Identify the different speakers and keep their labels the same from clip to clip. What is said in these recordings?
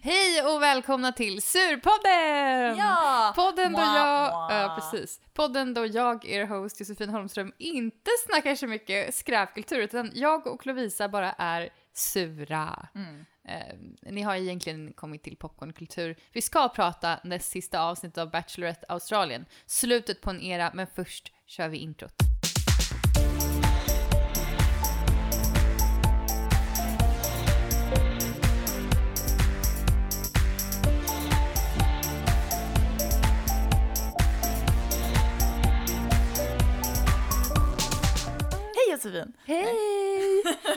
Speaker 1: Hej och välkomna till Surpodden!
Speaker 2: Ja!
Speaker 1: Podden då
Speaker 2: Mwah,
Speaker 1: jag,
Speaker 2: mwah.
Speaker 1: ja, precis. Podden då jag, er host Josefin Holmström, inte snackar så mycket skräpkultur utan jag och Lovisa bara är sura.
Speaker 2: Mm.
Speaker 1: Eh, ni har egentligen kommit till popcornkultur. Vi ska prata näst sista avsnittet av Bachelorette Australien. Slutet på en era, men först kör vi introt.
Speaker 2: Hej Josefin!
Speaker 1: Hej!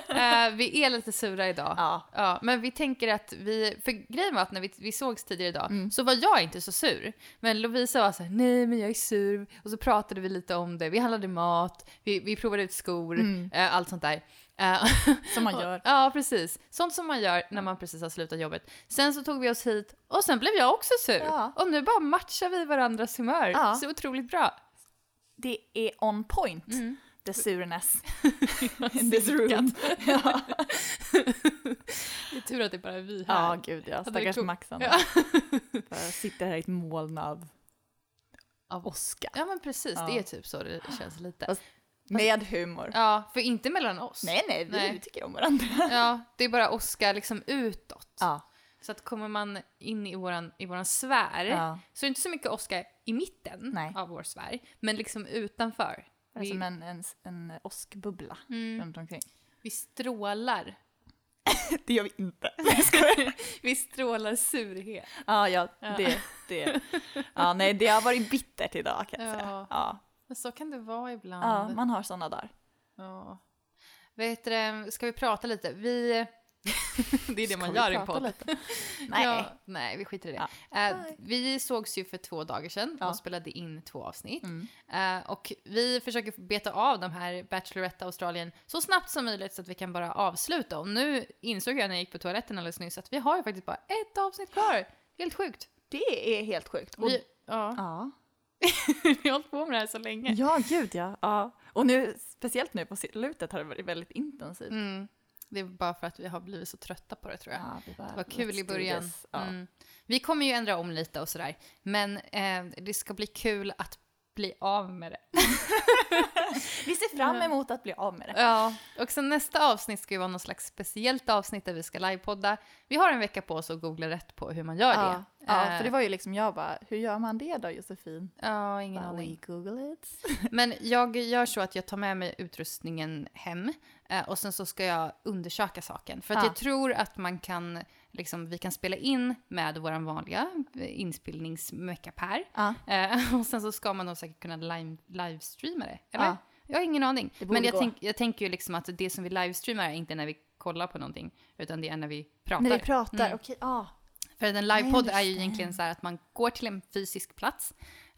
Speaker 1: Eh, vi är lite sura idag.
Speaker 2: Ja.
Speaker 1: Ja, men vi tänker att vi, för grejen var att när vi, vi sågs tidigare idag
Speaker 2: Mm.
Speaker 1: så var jag inte så sur. Men Lovisa var så här, nej men jag är sur. Och så pratade vi lite om det, vi handlade mat, vi, vi provade ut skor,
Speaker 2: Mm.
Speaker 1: eh, allt sånt där. Eh,
Speaker 2: Som man gör.
Speaker 1: ja, precis. Sånt som man gör när man precis har slutat jobbet. Sen så tog vi oss hit och sen blev jag också sur.
Speaker 2: Ja.
Speaker 1: Och nu bara matchar vi varandras humör
Speaker 2: Ja.
Speaker 1: så otroligt bra.
Speaker 2: Det är on point,
Speaker 1: Mm.
Speaker 2: the sureness in this room. ja.
Speaker 1: Det är tur att det är bara vi här.
Speaker 2: ja, gud ja.
Speaker 1: det
Speaker 2: Stackars
Speaker 1: kok-
Speaker 2: Maxan.
Speaker 1: Ja.
Speaker 2: Bara sitter här i ett moln av,
Speaker 1: Av
Speaker 2: åska.
Speaker 1: Ja men precis,
Speaker 2: Ja.
Speaker 1: det är typ så det känns lite.
Speaker 2: Fast- Med humor.
Speaker 1: Ja, för inte mellan oss.
Speaker 2: Nej, nej, vi
Speaker 1: Nej.
Speaker 2: tycker om varandra.
Speaker 1: Ja, det är bara Oscar liksom utåt.
Speaker 2: Ja.
Speaker 1: Så att kommer man in i våran, i våran sfär
Speaker 2: ja.
Speaker 1: så är det inte så mycket Oscar i mitten
Speaker 2: Nej. Alltså,
Speaker 1: av vår sfär, men liksom utanför.
Speaker 2: Det är
Speaker 1: Vi,
Speaker 2: som en, en, en åskbubbla
Speaker 1: mm,
Speaker 2: runt omkring.
Speaker 1: vi strålar.
Speaker 2: Det gör vi inte.
Speaker 1: vi strålar surhet.
Speaker 2: Ja, ja,
Speaker 1: Ja.
Speaker 2: det, det. Ja, nej, det har varit bittert idag kan jag
Speaker 1: Ja.
Speaker 2: säga. Ja.
Speaker 1: Men så kan det vara ibland.
Speaker 2: ja, man har sådana dagar.
Speaker 1: Ja. Vet du, det, ska vi prata lite? Vi... det är det man gör i en podd.
Speaker 2: Nej.
Speaker 1: Ja, nej, vi skiter i det. Eh,
Speaker 2: Bye.
Speaker 1: vi sågs ju för två dagar sedan
Speaker 2: Ja.
Speaker 1: och spelade in två avsnitt.
Speaker 2: Mm.
Speaker 1: Eh, och vi försöker beta av de här Bachelorette Australien så snabbt som möjligt så att vi kan bara avsluta. Och nu insåg jag när jag gick på toaletten alldeles nyss att vi har ju faktiskt bara ett avsnitt kvar. Helt sjukt.
Speaker 2: Det är helt sjukt. Och,
Speaker 1: Vi, ja,
Speaker 2: ja.
Speaker 1: vi har hållit på med det här så länge.
Speaker 2: ja, gud ja. ja. Och nu, speciellt nu på slutet har det varit väldigt intensivt.
Speaker 1: Mm. Det är bara för att vi har blivit så trötta på det tror jag.
Speaker 2: Ja, vi bara,
Speaker 1: Det var kul i
Speaker 2: let's do
Speaker 1: början.
Speaker 2: this. Ja.
Speaker 1: Mm. Vi kommer ju ändra om lite och sådär. Men eh, det ska bli kul att bli av med det.
Speaker 2: Vi ser fram emot att bli av med det.
Speaker 1: Ja, och sen nästa avsnitt ska ju vara något slags speciellt avsnitt där vi ska livepodda. Vi har en vecka på oss att googla rätt på hur man gör
Speaker 2: Ja,
Speaker 1: det.
Speaker 2: ja, för det
Speaker 1: Eh,
Speaker 2: var ju liksom jag bara, hur gör man det då Josefin?
Speaker 1: ja, ingen
Speaker 2: Bara,
Speaker 1: aning.
Speaker 2: We google it.
Speaker 1: Men jag gör så att jag tar med mig utrustningen hem eh, och sen så ska jag undersöka saken. För att
Speaker 2: Ja.
Speaker 1: jag tror att man kan, liksom, vi kan spela in med vår vanliga inspelningsmekap här.
Speaker 2: Ja.
Speaker 1: Eh, och sen så ska man nog säkert kunna live, livestreama det, eller?
Speaker 2: Ja.
Speaker 1: Jag har ingen aning.
Speaker 2: Det borde
Speaker 1: Men jag,
Speaker 2: gå.
Speaker 1: tänk, jag tänker ju liksom att det som vi livestreamar är inte när vi kollar på någonting, utan det är när vi pratar.
Speaker 2: När vi pratar,
Speaker 1: Mm.
Speaker 2: okej, ja.
Speaker 1: För en livepodd är ju
Speaker 2: understand.
Speaker 1: egentligen så här att man går till en fysisk plats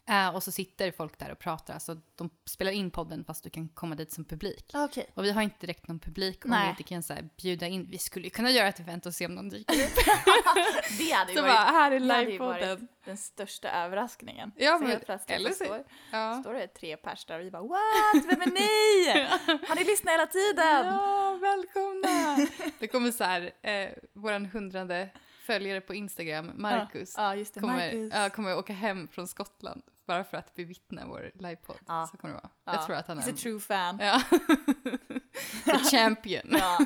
Speaker 1: eh, och så sitter folk där och pratar. Alltså de spelar in podden fast du kan komma dit som publik.
Speaker 2: Ah, okej.
Speaker 1: Och vi har inte direkt någon publik om
Speaker 2: Nej.
Speaker 1: vi inte kan så här bjuda in. Vi skulle ju kunna göra ett event och se om någon dyker upp.
Speaker 2: Det hade ju
Speaker 1: Så
Speaker 2: varit,
Speaker 1: bara, här är
Speaker 2: det hade ju
Speaker 1: livepodden.
Speaker 2: varit den största överraskningen.
Speaker 1: Ja,
Speaker 2: så
Speaker 1: men-
Speaker 2: helt plötsligt
Speaker 1: eller
Speaker 2: så
Speaker 1: så-
Speaker 2: står,
Speaker 1: Ja.
Speaker 2: står det tre pers där och vi bara what, vem är ni? Har ni lyssnat hela tiden?
Speaker 1: Ja, välkomna! Det kommer så här, eh, våran hundrade följare på Instagram, Marcus,
Speaker 2: Ja, just det, Marcus.
Speaker 1: kommer, ja, kommer åka hem från Skottland bara för att bevittna vår livepodd.
Speaker 2: Ja.
Speaker 1: Så kommer det vara.
Speaker 2: Ja.
Speaker 1: Jag tror att han
Speaker 2: He's a
Speaker 1: är...
Speaker 2: true fan.
Speaker 1: Ja. The champion.
Speaker 2: Ja.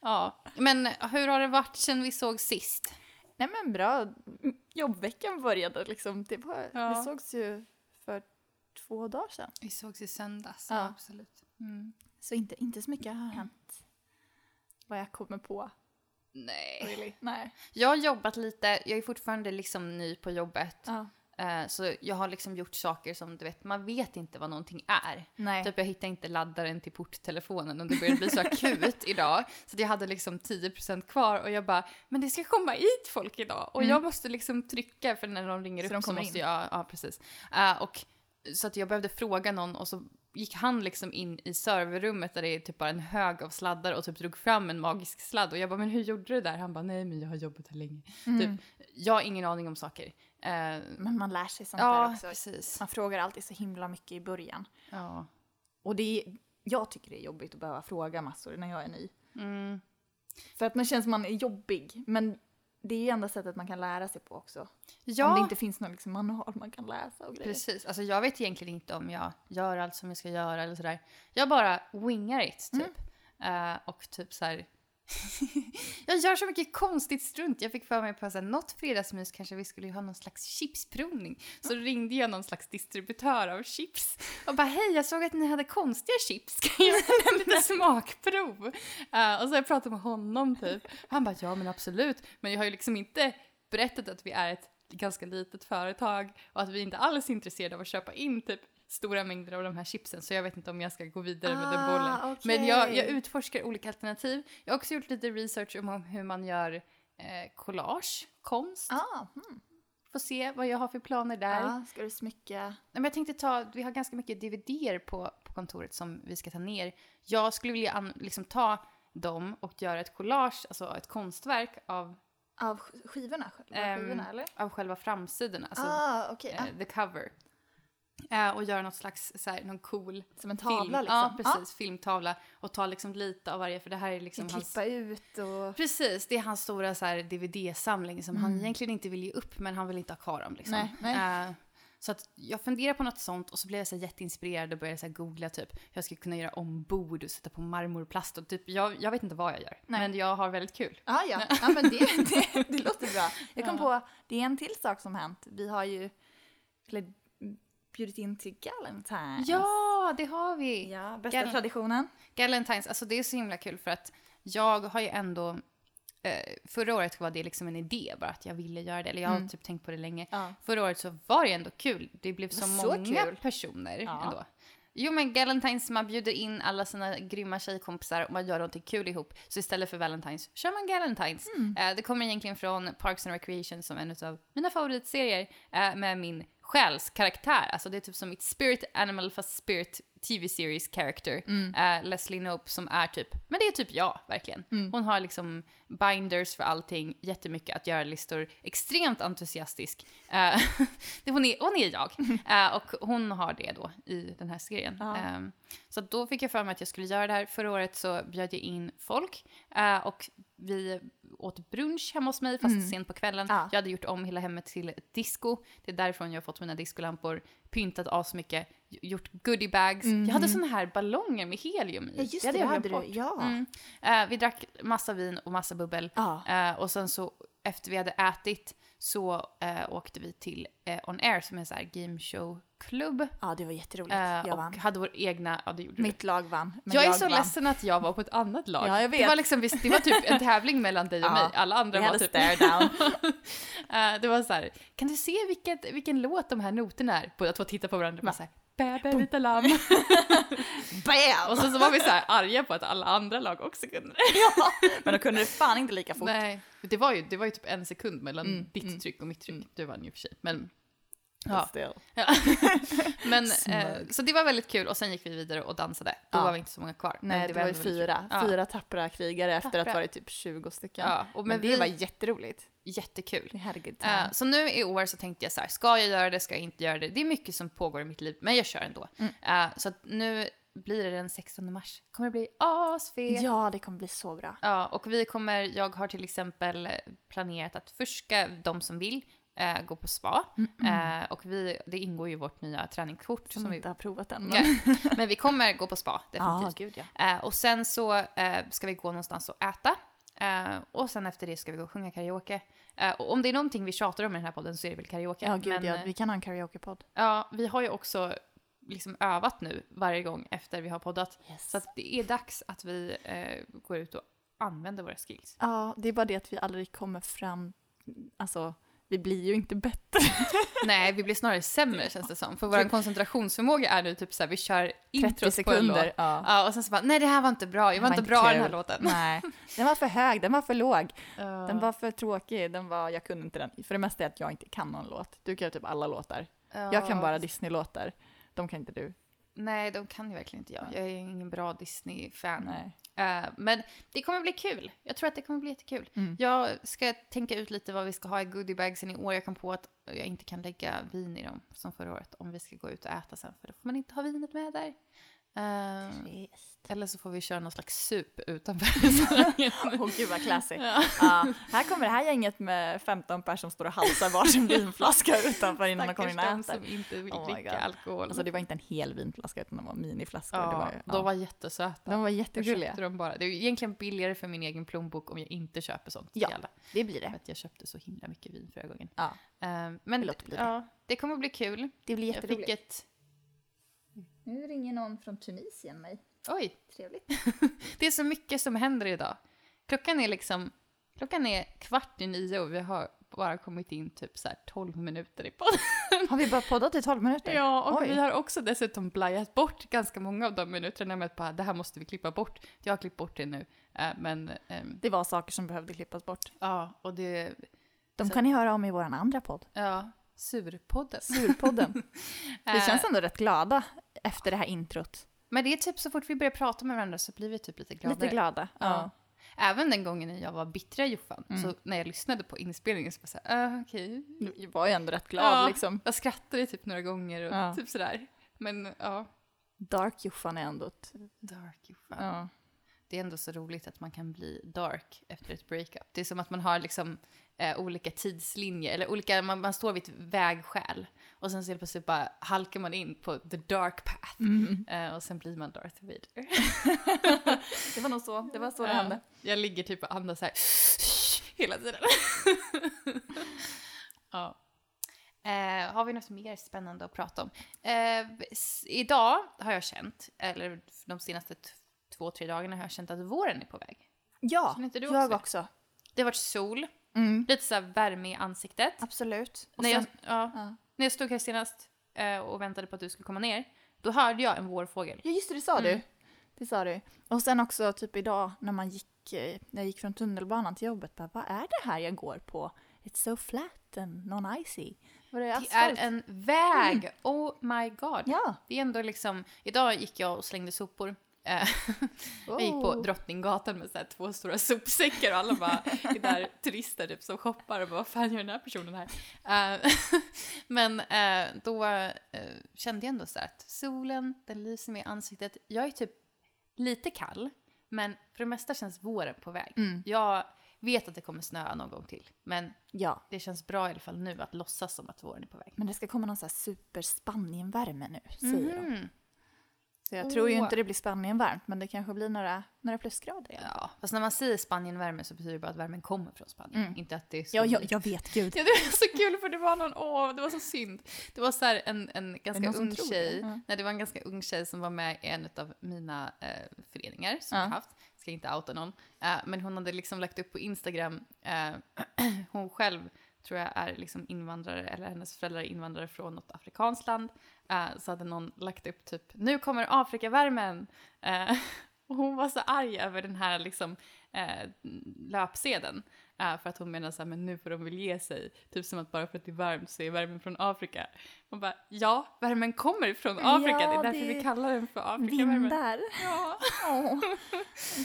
Speaker 1: Ja. Men hur har det varit sen vi såg sist?
Speaker 2: Nej men bra, jobbveckan började liksom. Det var,
Speaker 1: Ja.
Speaker 2: Vi sågs ju för två dagar sedan.
Speaker 1: Vi sågs i söndags.
Speaker 2: Ja.
Speaker 1: Absolut. Mm.
Speaker 2: Så inte, inte så mycket har hänt. Vad jag kommer på.
Speaker 1: Eh. Nej.
Speaker 2: Really? Nej.
Speaker 1: Jag har jobbat lite, jag är fortfarande liksom ny på jobbet.
Speaker 2: Ja.
Speaker 1: Eh, Så jag har liksom gjort saker som du vet, man vet inte vad någonting är.
Speaker 2: Nej.
Speaker 1: Typ jag hittade inte laddaren till porttelefonen och det började bli så akut idag. Så att jag hade liksom 10% kvar och jag bara, men det ska komma hit folk idag. Och
Speaker 2: Mm.
Speaker 1: jag måste liksom trycka för när de ringer
Speaker 2: Så
Speaker 1: upp
Speaker 2: de
Speaker 1: så
Speaker 2: kommer
Speaker 1: måste
Speaker 2: in.
Speaker 1: jag, ja precis. Eh, och, så att jag behövde fråga någon och så gick han liksom in i serverrummet där det är typ bara en hög av sladdar och typ drog fram en magisk sladd och jag bara, men hur gjorde du det där? Han bara, nej men jag har jobbat här länge. Typ,
Speaker 2: Mm.
Speaker 1: Jag har ingen aning om saker. Eh,
Speaker 2: Men man lär sig sånt där
Speaker 1: ja,
Speaker 2: också.
Speaker 1: precis.
Speaker 2: Man frågar alltid så himla mycket i början.
Speaker 1: Ja.
Speaker 2: Och det är, jag tycker det är jobbigt att behöva fråga massor när jag är ny.
Speaker 1: Mm.
Speaker 2: För att man känns som man är jobbig. Men det är ju enda sättet man kan lära sig på också. Om det
Speaker 1: Ja,
Speaker 2: inte finns någon liksom manual man kan läsa och grejer.
Speaker 1: precis. Alltså jag vet egentligen inte om jag gör allt som jag ska göra eller sådär. Jag bara wingar it typ.
Speaker 2: Mm.
Speaker 1: Eh, och typ så här. jag gör så mycket konstigt strunt. Jag fick för mig på så här, något fredagsmys kanske vi skulle ha någon slags chipsprovning. Så
Speaker 2: Mm.
Speaker 1: ringde jag någon slags distributör av chips och bara hej jag såg att ni hade konstiga chips. Kan jag göra lite smakprov? Eh, och så har jag pratat med honom typ. Han bara ja men absolut. Men jag har ju liksom inte berättat att vi är ett ganska litet företag och att vi inte alls är intresserade av att köpa in typ stora mängder av de här chipsen så jag vet inte om jag ska gå vidare med den bollen.
Speaker 2: Ah,
Speaker 1: Men jag,
Speaker 2: okej.
Speaker 1: jag utforskar olika alternativ. Jag har också gjort lite research om hur man gör eh, collage, konst.
Speaker 2: Ah, mm.
Speaker 1: Får se vad jag har för planer där.
Speaker 2: ja, ska du smycka?
Speaker 1: Nej, Men jag tänkte ta, vi har ganska mycket dvd på, på kontoret som vi ska ta ner. Jag skulle vilja an, liksom ta dem och göra ett collage, alltså ett konstverk av,
Speaker 2: Av sk- skivorna? Själva
Speaker 1: Ehm,
Speaker 2: skivorna eller?
Speaker 1: av själva framsidan, alltså
Speaker 2: ah, okej.
Speaker 1: eh, the cover. Eh, och göra något slags, så här, någon cool
Speaker 2: Ah, som en tavla
Speaker 1: film.
Speaker 2: liksom?
Speaker 1: Ja, precis. Filmtavla. Och ta liksom lite av varje, för det här är
Speaker 2: Ah,
Speaker 1: liksom
Speaker 2: klippa
Speaker 1: hans...
Speaker 2: ut och...
Speaker 1: Precis, det är hans stora så här, DVD-samling som han egentligen inte vill ge upp, men han vill inte ha kvar dem. Liksom.
Speaker 2: Mm. Nej, nej.
Speaker 1: Eh, så att jag funderar på något sånt och så blev jag så här jätteinspirerad och började så här googla typ hur jag skulle kunna göra ombord och sätta på marmorplast och typ, jag, jag vet inte vad jag gör, men jag har väldigt kul.
Speaker 2: Ah, ja, ja men det, det, det låter bra. Jag kom på, det är en till sak som hänt. Vi har ju eller, bjudit in till Galentine's.
Speaker 1: Ja, det har vi!
Speaker 2: ja bästa
Speaker 1: Gal-
Speaker 2: traditionen.
Speaker 1: Galentine's, alltså det är så himla kul för att jag har ju ändå, eh, förra året var det liksom en idé bara att jag ville göra det, eller jag har
Speaker 2: Mm.
Speaker 1: typ tänkt på det länge.
Speaker 2: Ja.
Speaker 1: Förra året så var det ändå kul. Det blev så,
Speaker 2: var så
Speaker 1: många
Speaker 2: kul.
Speaker 1: personer
Speaker 2: Ja.
Speaker 1: ändå. Jo men Galentine's, man bjuder in alla sina grymma tjejkompisar och man gör någonting kul ihop. Så istället för Valentine's kör man Galentine's.
Speaker 2: Mm.
Speaker 1: Eh, det kommer egentligen från Parks and Recreation som en av mina favoritserier eh, med min själskaraktär. Alltså det är typ som mitt spirit animal fast spirit tv-series character.
Speaker 2: Mm.
Speaker 1: Eh, Leslie Knope som är typ, men det är typ jag verkligen. Hon har liksom binders för allting, jättemycket att göra-listor, extremt entusiastisk. Eh, det- hon, är, hon är jag. Eh, och hon har det då i den här serien.
Speaker 2: Ja.
Speaker 1: Eh, så att då fick jag för mig att jag skulle göra det här. Förra året så bjöd jag in folk eh, och vi åt brunch hemma hos mig, fast sent på kvällen.
Speaker 2: Mm. Ja.
Speaker 1: Jag hade gjort om hela hemmet till ett disco. Det är därifrån jag har fått mina discolampor, pyntat asmycket, gjort goodiebags. Jag hade såna här ballonger med helium i.
Speaker 2: Mm. Ja, just
Speaker 1: Jag
Speaker 2: det, det
Speaker 1: glömt
Speaker 2: hade
Speaker 1: bort.
Speaker 2: du. Ja.
Speaker 1: Mm. Eh, vi drack massa vin och massa bubbel.
Speaker 2: Ja.
Speaker 1: Eh, och sen så efter vi hade ätit så eh, åkte vi till eh, On Air som är en sån här gameshowklubb.
Speaker 2: ja, det var jätteroligt.
Speaker 1: Eh,
Speaker 2: jag vann.
Speaker 1: och hade vår egna, ja det gjorde du.
Speaker 2: Mitt lag vann. men
Speaker 1: jag är
Speaker 2: jag
Speaker 1: så
Speaker 2: vann.
Speaker 1: ledsen att jag var på ett annat lag.
Speaker 2: Ja, jag
Speaker 1: Det
Speaker 2: vet.
Speaker 1: var liksom, visst, det var typ en tävling mellan dig och
Speaker 2: Ja,
Speaker 1: mig. Alla andra
Speaker 2: Vi
Speaker 1: var
Speaker 2: hade
Speaker 1: typ...
Speaker 2: stare down.
Speaker 1: Eh, det var så här, kan du se vilket, vilken låt de här noterna är? Båda två tittade på varandra och bara så här, bä, bä, vita lamm. Och
Speaker 2: Bam!
Speaker 1: sen så var vi så här arga på att alla andra lag också kunde det.
Speaker 2: ja. Men då kunde det fan inte lika fort. Mm,
Speaker 1: Nej, det var, ju, det var ju typ en sekund mellan ditt tryck och mitt tryck. Du vann ju i och för sig, men... Ja.
Speaker 2: Still.
Speaker 1: Ja. men, eh,
Speaker 2: Smart.
Speaker 1: så det var väldigt kul och sen gick vi vidare och dansade. Då
Speaker 2: Ja.
Speaker 1: var vi inte så många kvar. men
Speaker 2: Nej, det var ju
Speaker 1: ändå väldigt
Speaker 2: fyra.
Speaker 1: kul. Ja.
Speaker 2: Fyra tappra krigare efter att
Speaker 1: Tappra.
Speaker 2: ha varit typ 20 stycken.
Speaker 1: Ja, och
Speaker 2: Men
Speaker 1: men
Speaker 2: det
Speaker 1: vi-
Speaker 2: var jätteroligt.
Speaker 1: Jättekul.
Speaker 2: Herregud.
Speaker 1: Eh, så nu i år så tänkte jag så här, ska jag göra det, ska jag inte göra det? Det är mycket som pågår i mitt liv, men jag kör ändå.
Speaker 2: Mm.
Speaker 1: Eh, så att nu blir det den 16 mars. Kommer det bli asfett.
Speaker 2: Ja, det kommer bli så bra.
Speaker 1: Ja, och vi kommer, jag har till exempel planerat att först ska de som vill eh, gå på spa. Eh, och vi, det ingår ju i vårt nya träningskort.
Speaker 2: Mm. Som,
Speaker 1: Som vi,
Speaker 2: inte har provat än. men-
Speaker 1: Nej, men vi kommer gå på spa,
Speaker 2: Ja,
Speaker 1: definitivt.
Speaker 2: gud ja.
Speaker 1: Eh, och sen så eh, ska vi gå någonstans och äta. Eh, och sen efter det ska vi gå och sjunga karaoke. Eh, och om det är någonting vi tjatar om i den här podden så är det väl karaoke.
Speaker 2: Ja, gud
Speaker 1: men,
Speaker 2: ja.
Speaker 1: eh,
Speaker 2: Vi kan ha en karaokepodd.
Speaker 1: ja, vi har ju också liksom övat nu varje gång efter vi har poddat.
Speaker 2: Yes.
Speaker 1: Så att det är dags att vi eh, går ut och använder våra skills.
Speaker 2: Ja, det är bara det att vi aldrig kommer fram. Alltså, vi blir ju inte bättre.
Speaker 1: Nej, vi blir snarare sämre känns det som. För
Speaker 2: Typ.
Speaker 1: vår koncentrationsförmåga är nu typ såhär, vi kör intros på en låt.
Speaker 2: Ja.
Speaker 1: Ja, och sen så bara, nej det här var inte bra, jag var,
Speaker 2: Det var
Speaker 1: inte
Speaker 2: inte
Speaker 1: bra i den här
Speaker 2: kul.
Speaker 1: låten.
Speaker 2: Nej, den var för hög, den var för låg, den
Speaker 1: Den
Speaker 2: var för tråkig, den var, jag kunde inte den. För det mesta är att jag inte kan någon låt. Du kan ju typ alla låtar. Jag kan bara Disney-låtar. De kan inte du.
Speaker 1: Nej, de kan ju verkligen inte jag. Jag är ju ingen bra Disney-fan.
Speaker 2: Nej.
Speaker 1: Eh, men det kommer bli kul. Jag tror att det kommer bli jättekul.
Speaker 2: Mm.
Speaker 1: Jag ska tänka ut lite vad vi ska ha i goodiebagsen i år. Jag kom på att jag inte kan lägga vin i dem som förra året om vi ska gå ut och äta sen. För då får man inte ha vinet med där. Eh,
Speaker 2: Trist.
Speaker 1: eller så får vi köra någon slags sup utanför restaurangen.
Speaker 2: Åh gud vad classy.
Speaker 1: Ja.
Speaker 2: Ja, här kommer det här gänget med 15 personer som står och halsar varsin vinflaska utanför innan man kommer
Speaker 1: Stackars
Speaker 2: in och
Speaker 1: den
Speaker 2: äter.
Speaker 1: som inte vill
Speaker 2: Oh my
Speaker 1: dricka
Speaker 2: God.
Speaker 1: alkohol.
Speaker 2: Alltså det var inte en hel vinflaska utan de var miniflaskor.
Speaker 1: ja,
Speaker 2: det var, ju- ja.
Speaker 1: De var jättesöta.
Speaker 2: de var
Speaker 1: Jag
Speaker 2: jättegulliga.
Speaker 1: köpte dem bara. Det är ju egentligen billigare för min egen plånbok om jag inte köper sånt till
Speaker 2: Ja.
Speaker 1: alla.
Speaker 2: Det blir
Speaker 1: För
Speaker 2: det.
Speaker 1: att jag köpte så himla mycket vin förra gången.
Speaker 2: Ja,
Speaker 1: Eh, men
Speaker 2: det låter bli det.
Speaker 1: ja, det kommer bli kul.
Speaker 2: det blir
Speaker 1: Jag fick ett...
Speaker 2: Nu ringer någon från Tunisien mig.
Speaker 1: Oj,
Speaker 2: Trevligt.
Speaker 1: det är så mycket som händer idag. Klockan är liksom... Klockan är kvart i nio och vi har bara kommit in typ så här 12 minuter i podden.
Speaker 2: Har vi bara poddat i 12 minuter?
Speaker 1: Ja, och
Speaker 2: Oj.
Speaker 1: vi har också dessutom blajat bort ganska många av de minuterna med att bara, det här måste vi klippa bort. Jag har klippt bort det nu, eh, men ehm,
Speaker 2: Det var saker som behövde klippas bort.
Speaker 1: ja, och det,
Speaker 2: De
Speaker 1: Så-
Speaker 2: kan ni höra om i vår andra podd,
Speaker 1: ja, surpodden.
Speaker 2: Surpodden. Vi
Speaker 1: Eh,
Speaker 2: känns ändå rätt glada efter det här introt.
Speaker 1: Men det är typ så fort vi börjar prata med varandra så blir vi typ lite gladare.
Speaker 2: Lite glada.
Speaker 1: Ja.
Speaker 2: Ja.
Speaker 1: Även den gången när jag var bittra Joffan,
Speaker 2: Mm.
Speaker 1: så när jag lyssnade på inspelningen så var jag såhär, uh, okej.
Speaker 2: Jag var ju ändå rätt
Speaker 1: Ja.
Speaker 2: glad liksom.
Speaker 1: Jag skrattade typ några gånger och
Speaker 2: Ja.
Speaker 1: typ sådär. Men ja,
Speaker 2: Dark Joffan är ändå ett...
Speaker 1: dark Joffan.
Speaker 2: Ja.
Speaker 1: Det är ändå så roligt att man kan bli dark efter ett breakup. Det är som att man har liksom eh, olika tidslinjer, eller olika, man, man står vid ett vägskäl. Och sen så helt plötsligt bara halkar man in på the dark path. Eh, och sen blir man Darth Vader.
Speaker 2: Det var nog så det, var så
Speaker 1: Ja. Jag ligger typ och andas så här hela tiden. ja. Eh, har vi något mer spännande att prata om? Eh, s- idag har jag känt, eller de senaste t- två, tre dagarna har jag känt att våren är på väg.
Speaker 2: Ja,
Speaker 1: Känner inte du
Speaker 2: jag
Speaker 1: också?
Speaker 2: också.
Speaker 1: Det har varit sol,
Speaker 2: Mm.
Speaker 1: lite så här värme i ansiktet.
Speaker 2: Absolut. Och
Speaker 1: när,
Speaker 2: sen,
Speaker 1: jag, ja,
Speaker 2: ja.
Speaker 1: när jag stod här senast eh, och väntade på att du skulle komma ner, då hörde jag en vårfågel.
Speaker 2: ja, just det, det sa
Speaker 1: Mm.
Speaker 2: du. Det sa du. Och sen också typ idag när man gick, eh, när jag gick från tunnelbanan till jobbet, bara, vad är det här jag går på? It's so flat and non-icy. Var det,
Speaker 1: Det är
Speaker 2: asfalt?
Speaker 1: en väg! Oh my god!
Speaker 2: Mm. Ja.
Speaker 1: Det är ändå liksom, idag gick jag och slängde sopor. Eh, Vi gick på
Speaker 2: Oh.
Speaker 1: Drottninggatan med så här två stora sopsäckar och alla bara är där turister typ som shoppar och bara vad fan gör den här personen här? Eh, men eh, då eh, kände jag ändå så här att solen, den lyser mig i ansiktet. Jag är typ lite kall, men för det mesta känns våren på väg.
Speaker 2: Mm.
Speaker 1: Jag vet att det kommer snöa någon gång till, men
Speaker 2: Ja.
Speaker 1: det känns bra i alla fall nu att låtsas som att våren är på väg.
Speaker 2: Men det ska komma någon så här super Spanien-värme nu, säger de.
Speaker 1: Mhm.
Speaker 2: Så jag tror ju
Speaker 1: Åh.
Speaker 2: inte det blir Spanien varmt, men det kanske blir några, några plusgrader. igen.
Speaker 1: Ja, fast när man säger Spanien värme så betyder det bara att värmen kommer från Spanien.
Speaker 2: Mm.
Speaker 1: Inte att det är så
Speaker 2: Ja, jag, jag vet, gud.
Speaker 1: Ja, det var så kul för det var någon, åh, det var så synd. Det var så här en, en ganska
Speaker 2: någon som
Speaker 1: ung
Speaker 2: tror det?
Speaker 1: tjej,
Speaker 2: Ja.
Speaker 1: nej det var en ganska ung tjej som var med i en av mina eh, föreningar som
Speaker 2: Ja.
Speaker 1: jag haft, ska inte outa någon, eh, men hon hade liksom lagt upp på Instagram, eh, hon själv tror jag är liksom invandrare, eller hennes föräldrar är invandrare från något afrikanskt land, eh, så hade någon lagt upp typ, nu kommer Afrikavärmen! Eh, och hon var så arg över den här liksom eh, löpsedeln. Eh, för att hon menar så här, men nu får de väl ge sig. Typ som att bara för att det är varmt så är värmen från Afrika. Man bara, ja, värmen kommer från Afrika. det är
Speaker 2: Ja,
Speaker 1: därför
Speaker 2: det-
Speaker 1: vi kallar den för Afrikavärmen.
Speaker 2: Vindar.
Speaker 1: Ja.
Speaker 2: Åh,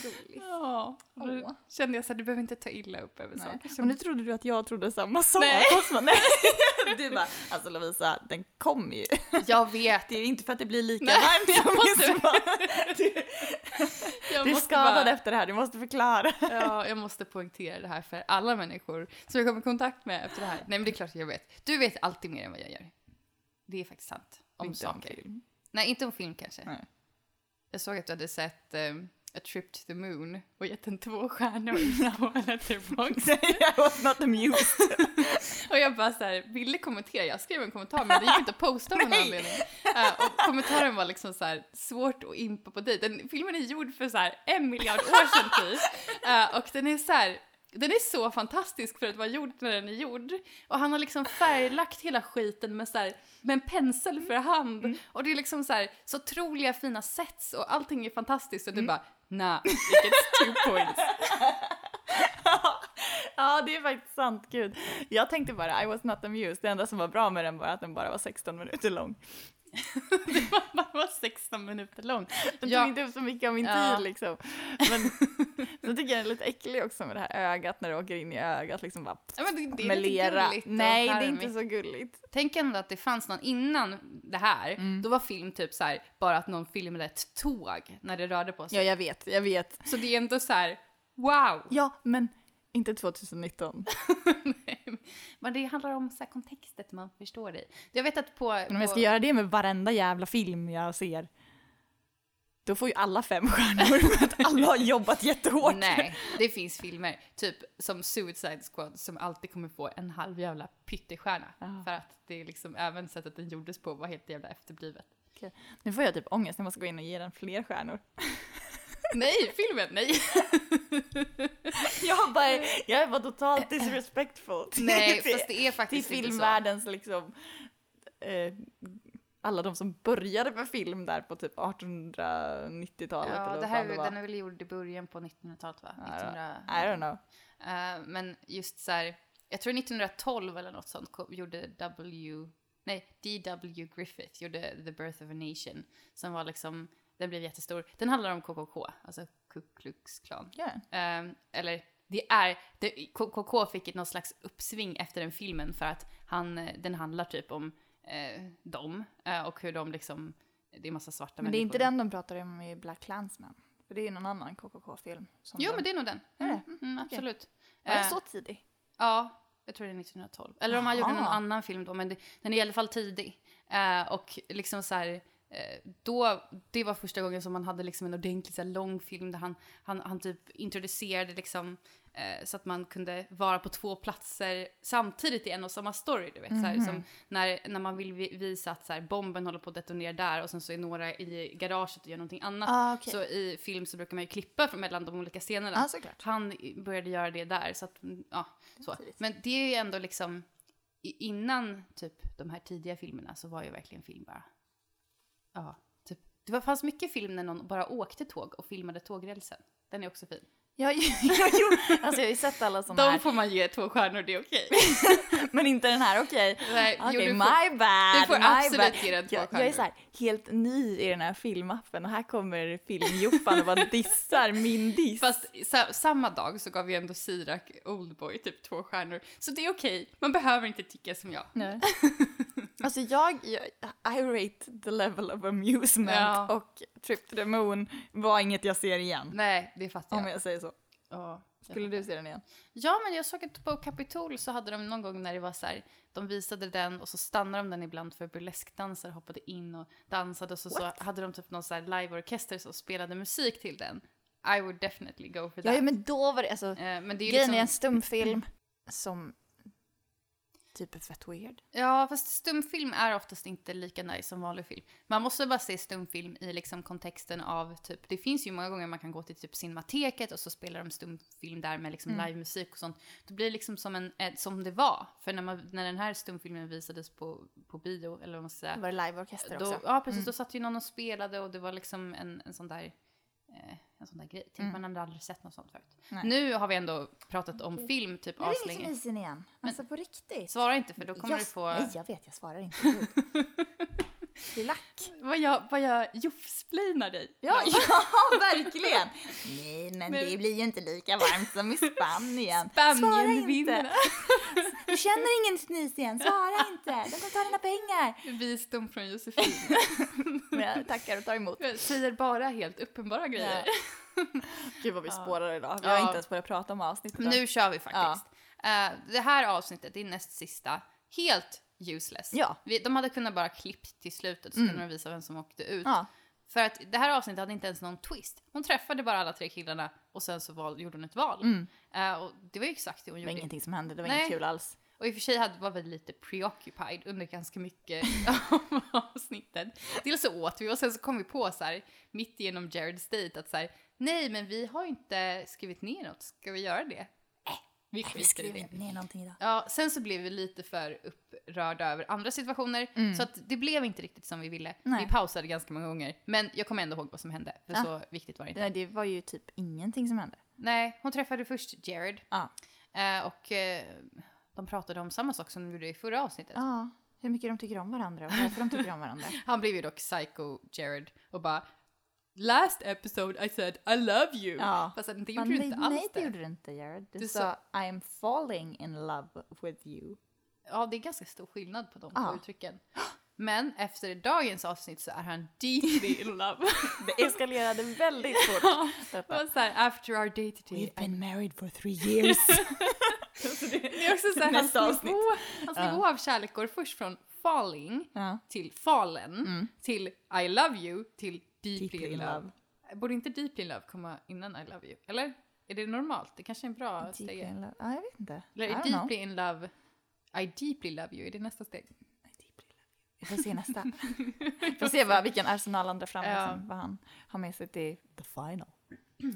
Speaker 2: gulligt.
Speaker 1: ja. Och då
Speaker 2: Åh.
Speaker 1: kände jag så här, du behöver inte ta illa upp över
Speaker 2: Nej.
Speaker 1: saker.
Speaker 2: Och
Speaker 1: Som...
Speaker 2: nu trodde du att jag trodde samma sak.
Speaker 1: Nej.
Speaker 2: Cosmo. Nej. Du bara, alltså Lovisa, den kommer ju.
Speaker 1: Jag vet.
Speaker 2: Det är inte för att det blir lika
Speaker 1: Nej,
Speaker 2: varmt
Speaker 1: jag
Speaker 2: som
Speaker 1: måste-
Speaker 2: midsommar. Du,
Speaker 1: Jag
Speaker 2: du är
Speaker 1: måste
Speaker 2: skadad
Speaker 1: bara-
Speaker 2: efter det här, du måste förklara.
Speaker 1: Ja, jag måste poängtera det här för alla människor som jag kommer i kontakt med efter det här. Nej, men det är klart att jag vet. Du vet alltid mer än vad jag gör. Det är faktiskt sant. Om
Speaker 2: Inte om
Speaker 1: saker.
Speaker 2: film.
Speaker 1: Nej, inte om film kanske.
Speaker 2: Nej.
Speaker 1: Jag såg att du hade sett ehm, A Trip to the Moon och gett den två stjärnor på Letterboxd.
Speaker 2: I was not amused.
Speaker 1: Och jag bara så här, ville kommentera, jag skrev en kommentar men det gick inte att posta av någon
Speaker 2: Nej.
Speaker 1: anledning. Eh, och kommentaren var liksom så här, svårt att impa på dig. Den, filmen är gjord för så här en miljard år sedan typ. Eh, och den är så här, den är så fantastisk för att vara gjord när den är gjord. Och han har liksom färglagt hela skiten med, så här, med en pensel för hand. Och det är liksom så här, så otroliga fina sets och allting är fantastiskt. Och du bara, nah, it gets two points.
Speaker 2: ja, det är faktiskt sant, gud. Jag tänkte bara, I was not amused. Det enda som var bra med den var att den bara var 16 minuter lång.
Speaker 1: det var, man var 16 minuter lång.
Speaker 2: Den
Speaker 1: Ja.
Speaker 2: tog inte upp så mycket av min
Speaker 1: Ja.
Speaker 2: tid liksom. Men så tycker jag den är lite äcklig också med det här ögat när det åker in i ögat liksom bara
Speaker 1: Ja, men det, det är
Speaker 2: med
Speaker 1: lite
Speaker 2: lera.
Speaker 1: gulligt och
Speaker 2: Nej, det är
Speaker 1: charmigt.
Speaker 2: inte så gulligt.
Speaker 1: Tänk ändå att det fanns någon innan det här. Då var film typ så här, bara att någon filmade ett tåg när det rörde på sig.
Speaker 2: Ja, jag vet, jag vet.
Speaker 1: Så det är ändå så här, wow!
Speaker 2: Ja, men inte 2019.
Speaker 1: Men det handlar om så här kontextet man förstår det i. Jag vet att på...
Speaker 2: Men om jag ska
Speaker 1: på
Speaker 2: göra det med varenda jävla film jag ser, då får ju alla fem stjärnor för att alla har jobbat jättehårt.
Speaker 1: Nej, det finns filmer, typ som Suicide Squad, som alltid kommer få en halv jävla pyttestjärna.
Speaker 2: Ja.
Speaker 1: För att det är liksom, även sättet den gjordes på var helt jävla efterblivet.
Speaker 2: Nu får jag typ ångest, jag måste gå in och ge den fler stjärnor.
Speaker 1: Nej, filmen! Nej!
Speaker 2: Jag, bara, jag var totalt disrespectful till,
Speaker 1: Nej,
Speaker 2: till,
Speaker 1: fast det är
Speaker 2: till
Speaker 1: faktiskt inte
Speaker 2: filmvärldens liksom... Eh, alla de som började med film där på typ 1890-talet
Speaker 1: så. Ja,
Speaker 2: eller
Speaker 1: det
Speaker 2: vad
Speaker 1: här,
Speaker 2: fan det
Speaker 1: den
Speaker 2: var.
Speaker 1: är väl gjord i början på 1900-talet va?
Speaker 2: Ja,
Speaker 1: 1900...
Speaker 2: I don't know.
Speaker 1: Eh, men just så här, jag tror 1912 eller något sånt kom, gjorde W, nej, D.W. Griffith gjorde The Birth of a Nation som var liksom, den blev jättestor. Den handlar om KKK, alltså Ku Klux Klan.
Speaker 2: Ja.
Speaker 1: Eh, eller det är, det, KKK fick ett något slags uppsving efter den filmen för att han, eh, den handlar typ om eh, dem eh, och hur de liksom, det är massa svarta
Speaker 2: Men det är inte
Speaker 1: människor.
Speaker 2: den de pratar om i Black Klansman. För det är ju någon annan KKK-film. som
Speaker 1: Jo
Speaker 2: de-
Speaker 1: men det är nog den.
Speaker 2: Är det?
Speaker 1: Mm, mm,
Speaker 2: okej.
Speaker 1: absolut.
Speaker 2: Var den
Speaker 1: Eh,
Speaker 2: så tidig?
Speaker 1: Ja, jag tror det är 1912. Eller om han gjorde någon
Speaker 2: Jaha.
Speaker 1: annan film då, men det, den är i alla fall tidig. Eh, och liksom så här, eh, då, det var första gången som man hade liksom en ordentlig så här, lång film där han, han, han typ introducerade liksom, eh, så att man kunde vara på två platser samtidigt i en och samma story. Du vet, så
Speaker 2: Mhm.
Speaker 1: här, som när, när man vill vi- visa att så här, bomben håller på att detonera där och sen så är några i garaget och gör någonting annat.
Speaker 2: Ah, okej.
Speaker 1: Så i film så brukar man ju klippa från- mellan de olika scenerna.
Speaker 2: Ja, såklart.
Speaker 1: Han började göra det där. Så att, mm, ja, så. Men det är ju ändå liksom, i- innan typ de här tidiga filmerna så var ju verkligen film bara, ja, typ, det var, fanns mycket film när någon bara åkte tåg och filmade tågrälsen. Den är också fin.
Speaker 2: Ja, jo, jo. Alltså jag har ju sett alla sådana
Speaker 1: De
Speaker 2: här.
Speaker 1: får man ge två stjärnor, det är okej.
Speaker 2: Men inte den här, okej.
Speaker 1: Nej, jo,
Speaker 2: Okej,
Speaker 1: du får-
Speaker 2: my bad!
Speaker 1: du får
Speaker 2: my
Speaker 1: absolut
Speaker 2: bad.
Speaker 1: ge den två
Speaker 2: jag, jag
Speaker 1: stjärnor.
Speaker 2: är så här, helt ny i den här filmappen och här kommer filmjoffan och bara dissar min diss.
Speaker 1: Fast sa, samma dag så gav vi ändå Sirak Oldboy typ två stjärnor. Så det är okej, man behöver inte tycka som jag.
Speaker 2: Nej. alltså jag, jag, I rate the level of amusement
Speaker 1: Ja.
Speaker 2: och Trip to the Moon var inget jag ser igen.
Speaker 1: Nej, det fattar
Speaker 2: Om
Speaker 1: jag.
Speaker 2: jag säger så.
Speaker 1: Ja, jag
Speaker 2: Skulle du se den igen?
Speaker 1: Ja, men jag såg att på Capitol så hade de någon gång när det var så här, de visade den och så stannade de den ibland för burleskdansare hoppade in och dansade och så, så hade de typ någon så här liveorkester som spelade musik till den. I would definitely go for that.
Speaker 2: Ja, men då var det, alltså
Speaker 1: Eh, men det är ju
Speaker 2: grejen är en
Speaker 1: liksom,
Speaker 2: stumfilm som typ är fett weird.
Speaker 1: ja, fast stumfilm är oftast inte lika nice som vanlig film. Man måste bara se stumfilm i liksom kontexten av typ, det finns ju många gånger man kan gå till typ Cinemateket och så spelar de stumfilm där med
Speaker 2: Mm.
Speaker 1: liksom livemusik och sånt. Det blir liksom som, en, eh, som det var. För när, man, när den här stumfilmen visades på, på bio, eller vad man ska säga.
Speaker 2: Var det liveorkester också? Mm.
Speaker 1: Då, ja, precis. Då satt ju någon och spelade och det var liksom en, en sån där... eh, En sån där grej. Tänk man hade aldrig sett något sånt förut.
Speaker 2: Mm. Nej.
Speaker 1: Nu har vi ändå pratat om film typ
Speaker 2: Nu ringer
Speaker 1: aslänge.
Speaker 2: polisen igen. Alltså på riktigt.
Speaker 1: Svara inte för då kommer
Speaker 2: jag,
Speaker 1: du få...
Speaker 2: Nej, jag vet, jag svarar inte. Gud. Det är lack.
Speaker 1: Vad jag, vad jag jofsplainar dig.
Speaker 2: Ja, ja, verkligen. Nej, men
Speaker 1: Men-
Speaker 2: det blir ju inte lika varmt som i Spanien. Svara
Speaker 1: Spanien
Speaker 2: inte.
Speaker 1: vinner.
Speaker 2: Du känner ingen fnis igen, svara inte. De kommer ta dina pengar.
Speaker 1: Visdom från Josefin.
Speaker 2: Men jag tackar och tar emot.
Speaker 1: Jag säger bara helt uppenbara grejer.
Speaker 2: Gud vad vi spårar idag. Vi
Speaker 1: har inte
Speaker 2: ens börjat prata om avsnittet.
Speaker 1: Nu kör vi faktiskt. Eh, det här avsnittet, det är näst sista, helt useless.
Speaker 2: Ja.
Speaker 1: Vi, de hade kunnat bara klippt till slutet så kunde de visa vem som åkte ut.
Speaker 2: Ja.
Speaker 1: För att det här avsnittet hade inte ens någon twist. Hon träffade bara alla tre killarna och sen så val, gjorde hon ett val. Eh, och det var ju exakt det hon
Speaker 2: Det var
Speaker 1: gjorde.
Speaker 2: ingenting som hände, det var
Speaker 1: Nej.
Speaker 2: inget kul alls.
Speaker 1: Och i och för sig hade, var vi lite preoccupied under ganska mycket av avsnittet. Dels så åt vi och sen så kom vi på så här, mitt genom Jared's date att så här, nej men vi har ju inte skrivit ner något, ska vi göra det? Äh, vi
Speaker 2: Vi
Speaker 1: skiter i det.
Speaker 2: skriver ner någonting idag.
Speaker 1: Ja, sen så blev vi lite för upprörda över andra situationer. Så att det blev inte riktigt som vi ville.
Speaker 2: Mm. Nej.
Speaker 1: Vi pausade ganska många gånger. Men jag kommer ändå ihåg vad som hände. För
Speaker 2: Ja.
Speaker 1: så viktigt var det inte.
Speaker 2: Nej, det var ju typ ingenting som hände.
Speaker 1: Nej, hon träffade först Jared.
Speaker 2: Ja.
Speaker 1: eh, Och eh, de pratade om samma sak som de gjorde i förra avsnittet.
Speaker 2: Ja. Hur mycket de tycker om varandra och varför de tycker om varandra.
Speaker 1: Han blev ju dock psycho Jared och bara “Last episode I said I love you”.
Speaker 2: Ja.
Speaker 1: Fast det
Speaker 2: Man,
Speaker 1: gjorde du inte
Speaker 2: nej,
Speaker 1: alls
Speaker 2: det
Speaker 1: det.
Speaker 2: gjorde du inte Jared. Du,
Speaker 1: Du
Speaker 2: sa I am falling in love with you.
Speaker 1: Ja, det är ganska stor skillnad på de
Speaker 2: Ja.
Speaker 1: två uttrycken. Men efter dagens avsnitt så är han deeply in love.
Speaker 2: Det eskalerade väldigt fort.
Speaker 1: Det var så här, after our day today.
Speaker 2: been married for three years. Alltså,
Speaker 1: Det är också så här,
Speaker 2: Nästa
Speaker 1: hans,
Speaker 2: avsnitt.
Speaker 1: nivå, hans nivå av kärlek går först från falling
Speaker 2: ja.
Speaker 1: till fallen till I love you till deeply,
Speaker 2: Mm. Deeply in
Speaker 1: in
Speaker 2: love.
Speaker 1: love. Borde inte deeply in love komma innan I love you? Eller? Är det normalt? Det kanske är en bra
Speaker 2: Deeply
Speaker 1: steg.
Speaker 2: in love. Ja, jag vet inte.
Speaker 1: Eller
Speaker 2: I
Speaker 1: är
Speaker 2: don't
Speaker 1: deeply
Speaker 2: know.
Speaker 1: in love, I deeply love you, är det nästa steg?
Speaker 2: Vi får se nästa. Vi får se vad, vilken arsenal han drar fram och
Speaker 1: Ja.
Speaker 2: sen vad han har med sig till the final.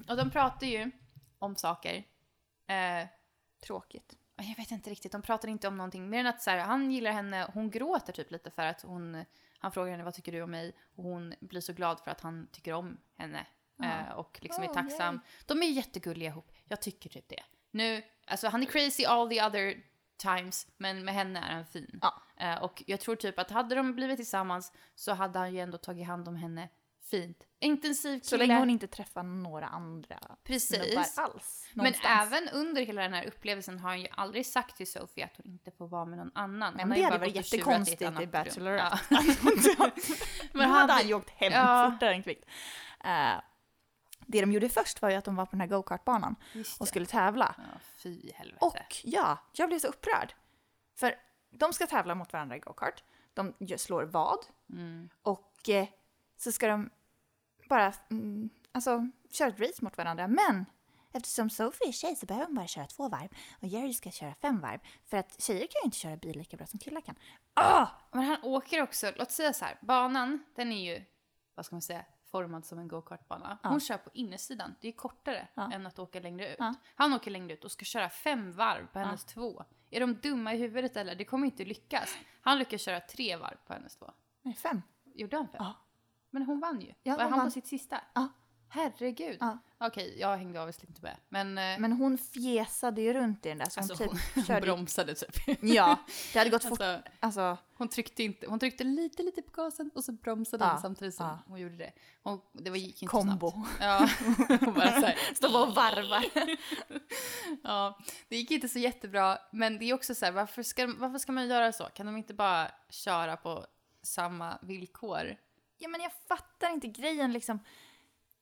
Speaker 1: Och de pratar ju om saker. Eh,
Speaker 2: Tråkigt.
Speaker 1: jag vet inte riktigt, de pratar inte om någonting mer än att så här, han gillar henne, hon gråter typ lite för att hon, han frågar henne vad tycker du om mig och hon blir så glad för att han tycker om henne eh, och liksom
Speaker 2: Oh,
Speaker 1: är tacksam. De är ju jättegulliga ihop, jag tycker typ det. Nu, alltså han är crazy all the other times men med henne är han fin.
Speaker 2: Ja.
Speaker 1: Eh, och jag tror typ att hade de blivit tillsammans så hade han ju ändå tagit hand om henne fint. Intensiv kille.
Speaker 2: Så länge hon inte träffar några andra snubbar
Speaker 1: Precis.
Speaker 2: alls.
Speaker 1: Men
Speaker 2: någonstans.
Speaker 1: även under hela den här upplevelsen har han ju aldrig sagt till Sophie att hon inte får vara med någon annan.
Speaker 2: Nej,
Speaker 1: Hon
Speaker 2: men
Speaker 1: har
Speaker 2: det
Speaker 1: ju
Speaker 2: hade
Speaker 1: bara
Speaker 2: varit
Speaker 1: gått och tjurat ett
Speaker 2: jättekonstigt i
Speaker 1: annat rum.
Speaker 2: Bachelorette.
Speaker 1: Ja.
Speaker 2: Men
Speaker 1: Men
Speaker 2: hade
Speaker 1: hade-
Speaker 2: han ju åkt hem
Speaker 1: Ja.
Speaker 2: fortare än kvickt. Eh, det de gjorde först var ju att de var på den här go-kartbanan
Speaker 1: Just det.
Speaker 2: och skulle tävla.
Speaker 1: Ja, fy i helvete.
Speaker 2: Och ja, jag blev så upprörd. För de ska tävla mot varandra i go-kart. De gör- slår vad.
Speaker 1: Mm.
Speaker 2: Och eh, så ska de bara mm, alltså, köra ett race mot varandra. Men eftersom Sophie är tjej så behöver hon bara köra två varv. Och Jerry ska köra fem varv. För att tjejer kan ju inte köra bil lika bra som killar kan. Ah!
Speaker 1: Men han åker också, låt säga så här, banan den är ju, vad ska man säga, formad som en go-kartbana. Hon kör på insidan, det är kortare än att åka längre ut.
Speaker 2: Ja.
Speaker 1: Han åker längre ut och ska köra fem varv på hennes två. Är de dumma i huvudet eller? Det kommer inte lyckas. Han lyckas köra tre varv på hennes två.
Speaker 2: Nej, fem.
Speaker 1: Gjorde han fem?
Speaker 2: Ja.
Speaker 1: Men hon vann ju.
Speaker 2: Ja,
Speaker 1: Var
Speaker 2: hon
Speaker 1: han
Speaker 2: vann.
Speaker 1: på sitt sista?
Speaker 2: Ja.
Speaker 1: Herregud.
Speaker 2: Ja.
Speaker 1: Okej, jag hängde av visst inte med. Men, eh,
Speaker 2: Men hon fjäsade ju runt i den där så
Speaker 1: alltså,
Speaker 2: hon
Speaker 1: hon,
Speaker 2: typ
Speaker 1: hon
Speaker 2: körde...
Speaker 1: bromsade typ.
Speaker 2: Ja, det hade gått fort.
Speaker 1: Alltså,
Speaker 2: Alltså,
Speaker 1: hon, tryckte inte, hon tryckte lite, lite på gasen och så bromsade
Speaker 2: Ja,
Speaker 1: hon samtidigt som
Speaker 2: ja.
Speaker 1: hon gjorde det. Hon, det var, gick inte
Speaker 2: Kombo.
Speaker 1: så snabbt. Ja, hon bara så här,
Speaker 2: Stå och varvar.
Speaker 1: ja, det gick inte så jättebra. Men det är också så här, varför ska, varför ska man göra så? Kan de inte bara köra på samma villkor?
Speaker 2: Ja men jag fattar inte grejen liksom.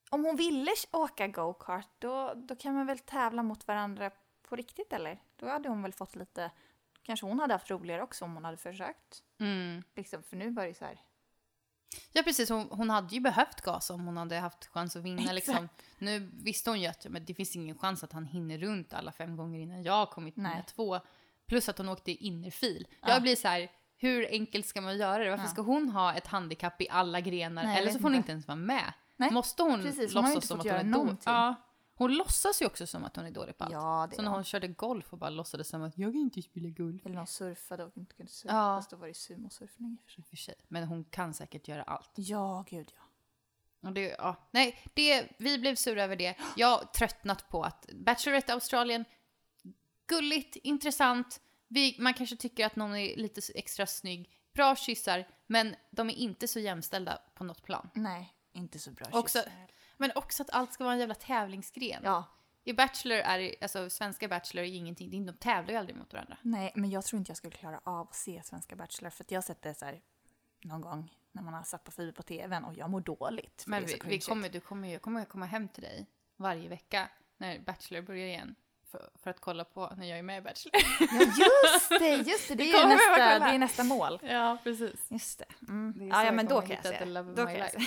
Speaker 2: Om hon ville åka go-kart då, då kan man väl tävla mot varandra på riktigt eller? Då hade hon väl fått lite, kanske hon hade haft roligare också om hon hade försökt.
Speaker 1: Mm.
Speaker 2: Liksom, för nu var det ju så här.
Speaker 1: Ja precis, hon, hon hade ju behövt gas om hon hade haft chans att vinna. Liksom. Nu visste hon ju att men det finns ingen chans att han hinner runt alla fem gånger innan jag har kommit
Speaker 2: Nej.
Speaker 1: mina två. Plus att hon åkte i innerfil.
Speaker 2: Ja.
Speaker 1: Jag blir så här, hur enkelt ska man göra det? Varför
Speaker 2: Ja.
Speaker 1: ska hon ha ett handikapp i alla grenar?
Speaker 2: Nej, jag
Speaker 1: Eller så
Speaker 2: vet
Speaker 1: får hon
Speaker 2: inte.
Speaker 1: inte ens vara med.
Speaker 2: Nej,
Speaker 1: Måste hon
Speaker 2: precis. Hon har
Speaker 1: låtsas
Speaker 2: ju inte
Speaker 1: som
Speaker 2: fått
Speaker 1: att hon är
Speaker 2: göra
Speaker 1: dålig?
Speaker 2: någonting.
Speaker 1: Ja. Hon låtsas ju också som att hon är dålig på allt.
Speaker 2: Ja, det
Speaker 1: så
Speaker 2: är
Speaker 1: när
Speaker 2: hon.
Speaker 1: hon körde golf och bara låtsades som att jag kan inte spela golf.
Speaker 2: Eller någon surfade och inte kunde surfa.
Speaker 1: Ja.
Speaker 2: Fast då var det ju sumosurfning i och för
Speaker 1: I
Speaker 2: sig.
Speaker 1: och för sig. Men hon kan säkert göra allt.
Speaker 2: Ja, gud ja.
Speaker 1: Och det, ja. Nej, det, vi blev sura över det. Jag har tröttnat på att Bachelorette Australien, gulligt, intressant. Vi, man kanske tycker att någon är lite s- extra snygg. Bra kyssar, men de är inte så jämställda på något plan.
Speaker 2: Nej, inte så bra
Speaker 1: Också-
Speaker 2: kyssar.
Speaker 1: Men också att allt ska vara en jävla tävlingsgren.
Speaker 2: Ja,
Speaker 1: I Bachelor är det- alltså svenska Bachelor är ju ingenting, det är- de tävlar ju aldrig mot varandra.
Speaker 2: Nej, men jag tror inte jag skulle klara av att se Svenska Bachelor för att jag har sett det så här någon gång när man har satt på fiber på tvn och jag mår dåligt. för
Speaker 1: Men
Speaker 2: det är så
Speaker 1: vi, vi
Speaker 2: cringeigt.
Speaker 1: kommer, du kommer ju, jag kommer komma hem till dig varje vecka när Bachelor börjar igen. För, för att kolla på när jag är med i Bachelor.
Speaker 2: Ja, just det! Just det, det, är, ju
Speaker 1: kommer
Speaker 2: nästa,
Speaker 1: jag kolla.
Speaker 2: det är nästa mål.
Speaker 1: Ja, precis.
Speaker 2: Just det. Mm.
Speaker 1: Det är så
Speaker 2: ja, ja,
Speaker 1: jag
Speaker 2: men då
Speaker 1: kommer hitta
Speaker 2: kan jag se
Speaker 1: the
Speaker 2: det.
Speaker 1: love of
Speaker 2: Då
Speaker 1: my
Speaker 2: kan jag se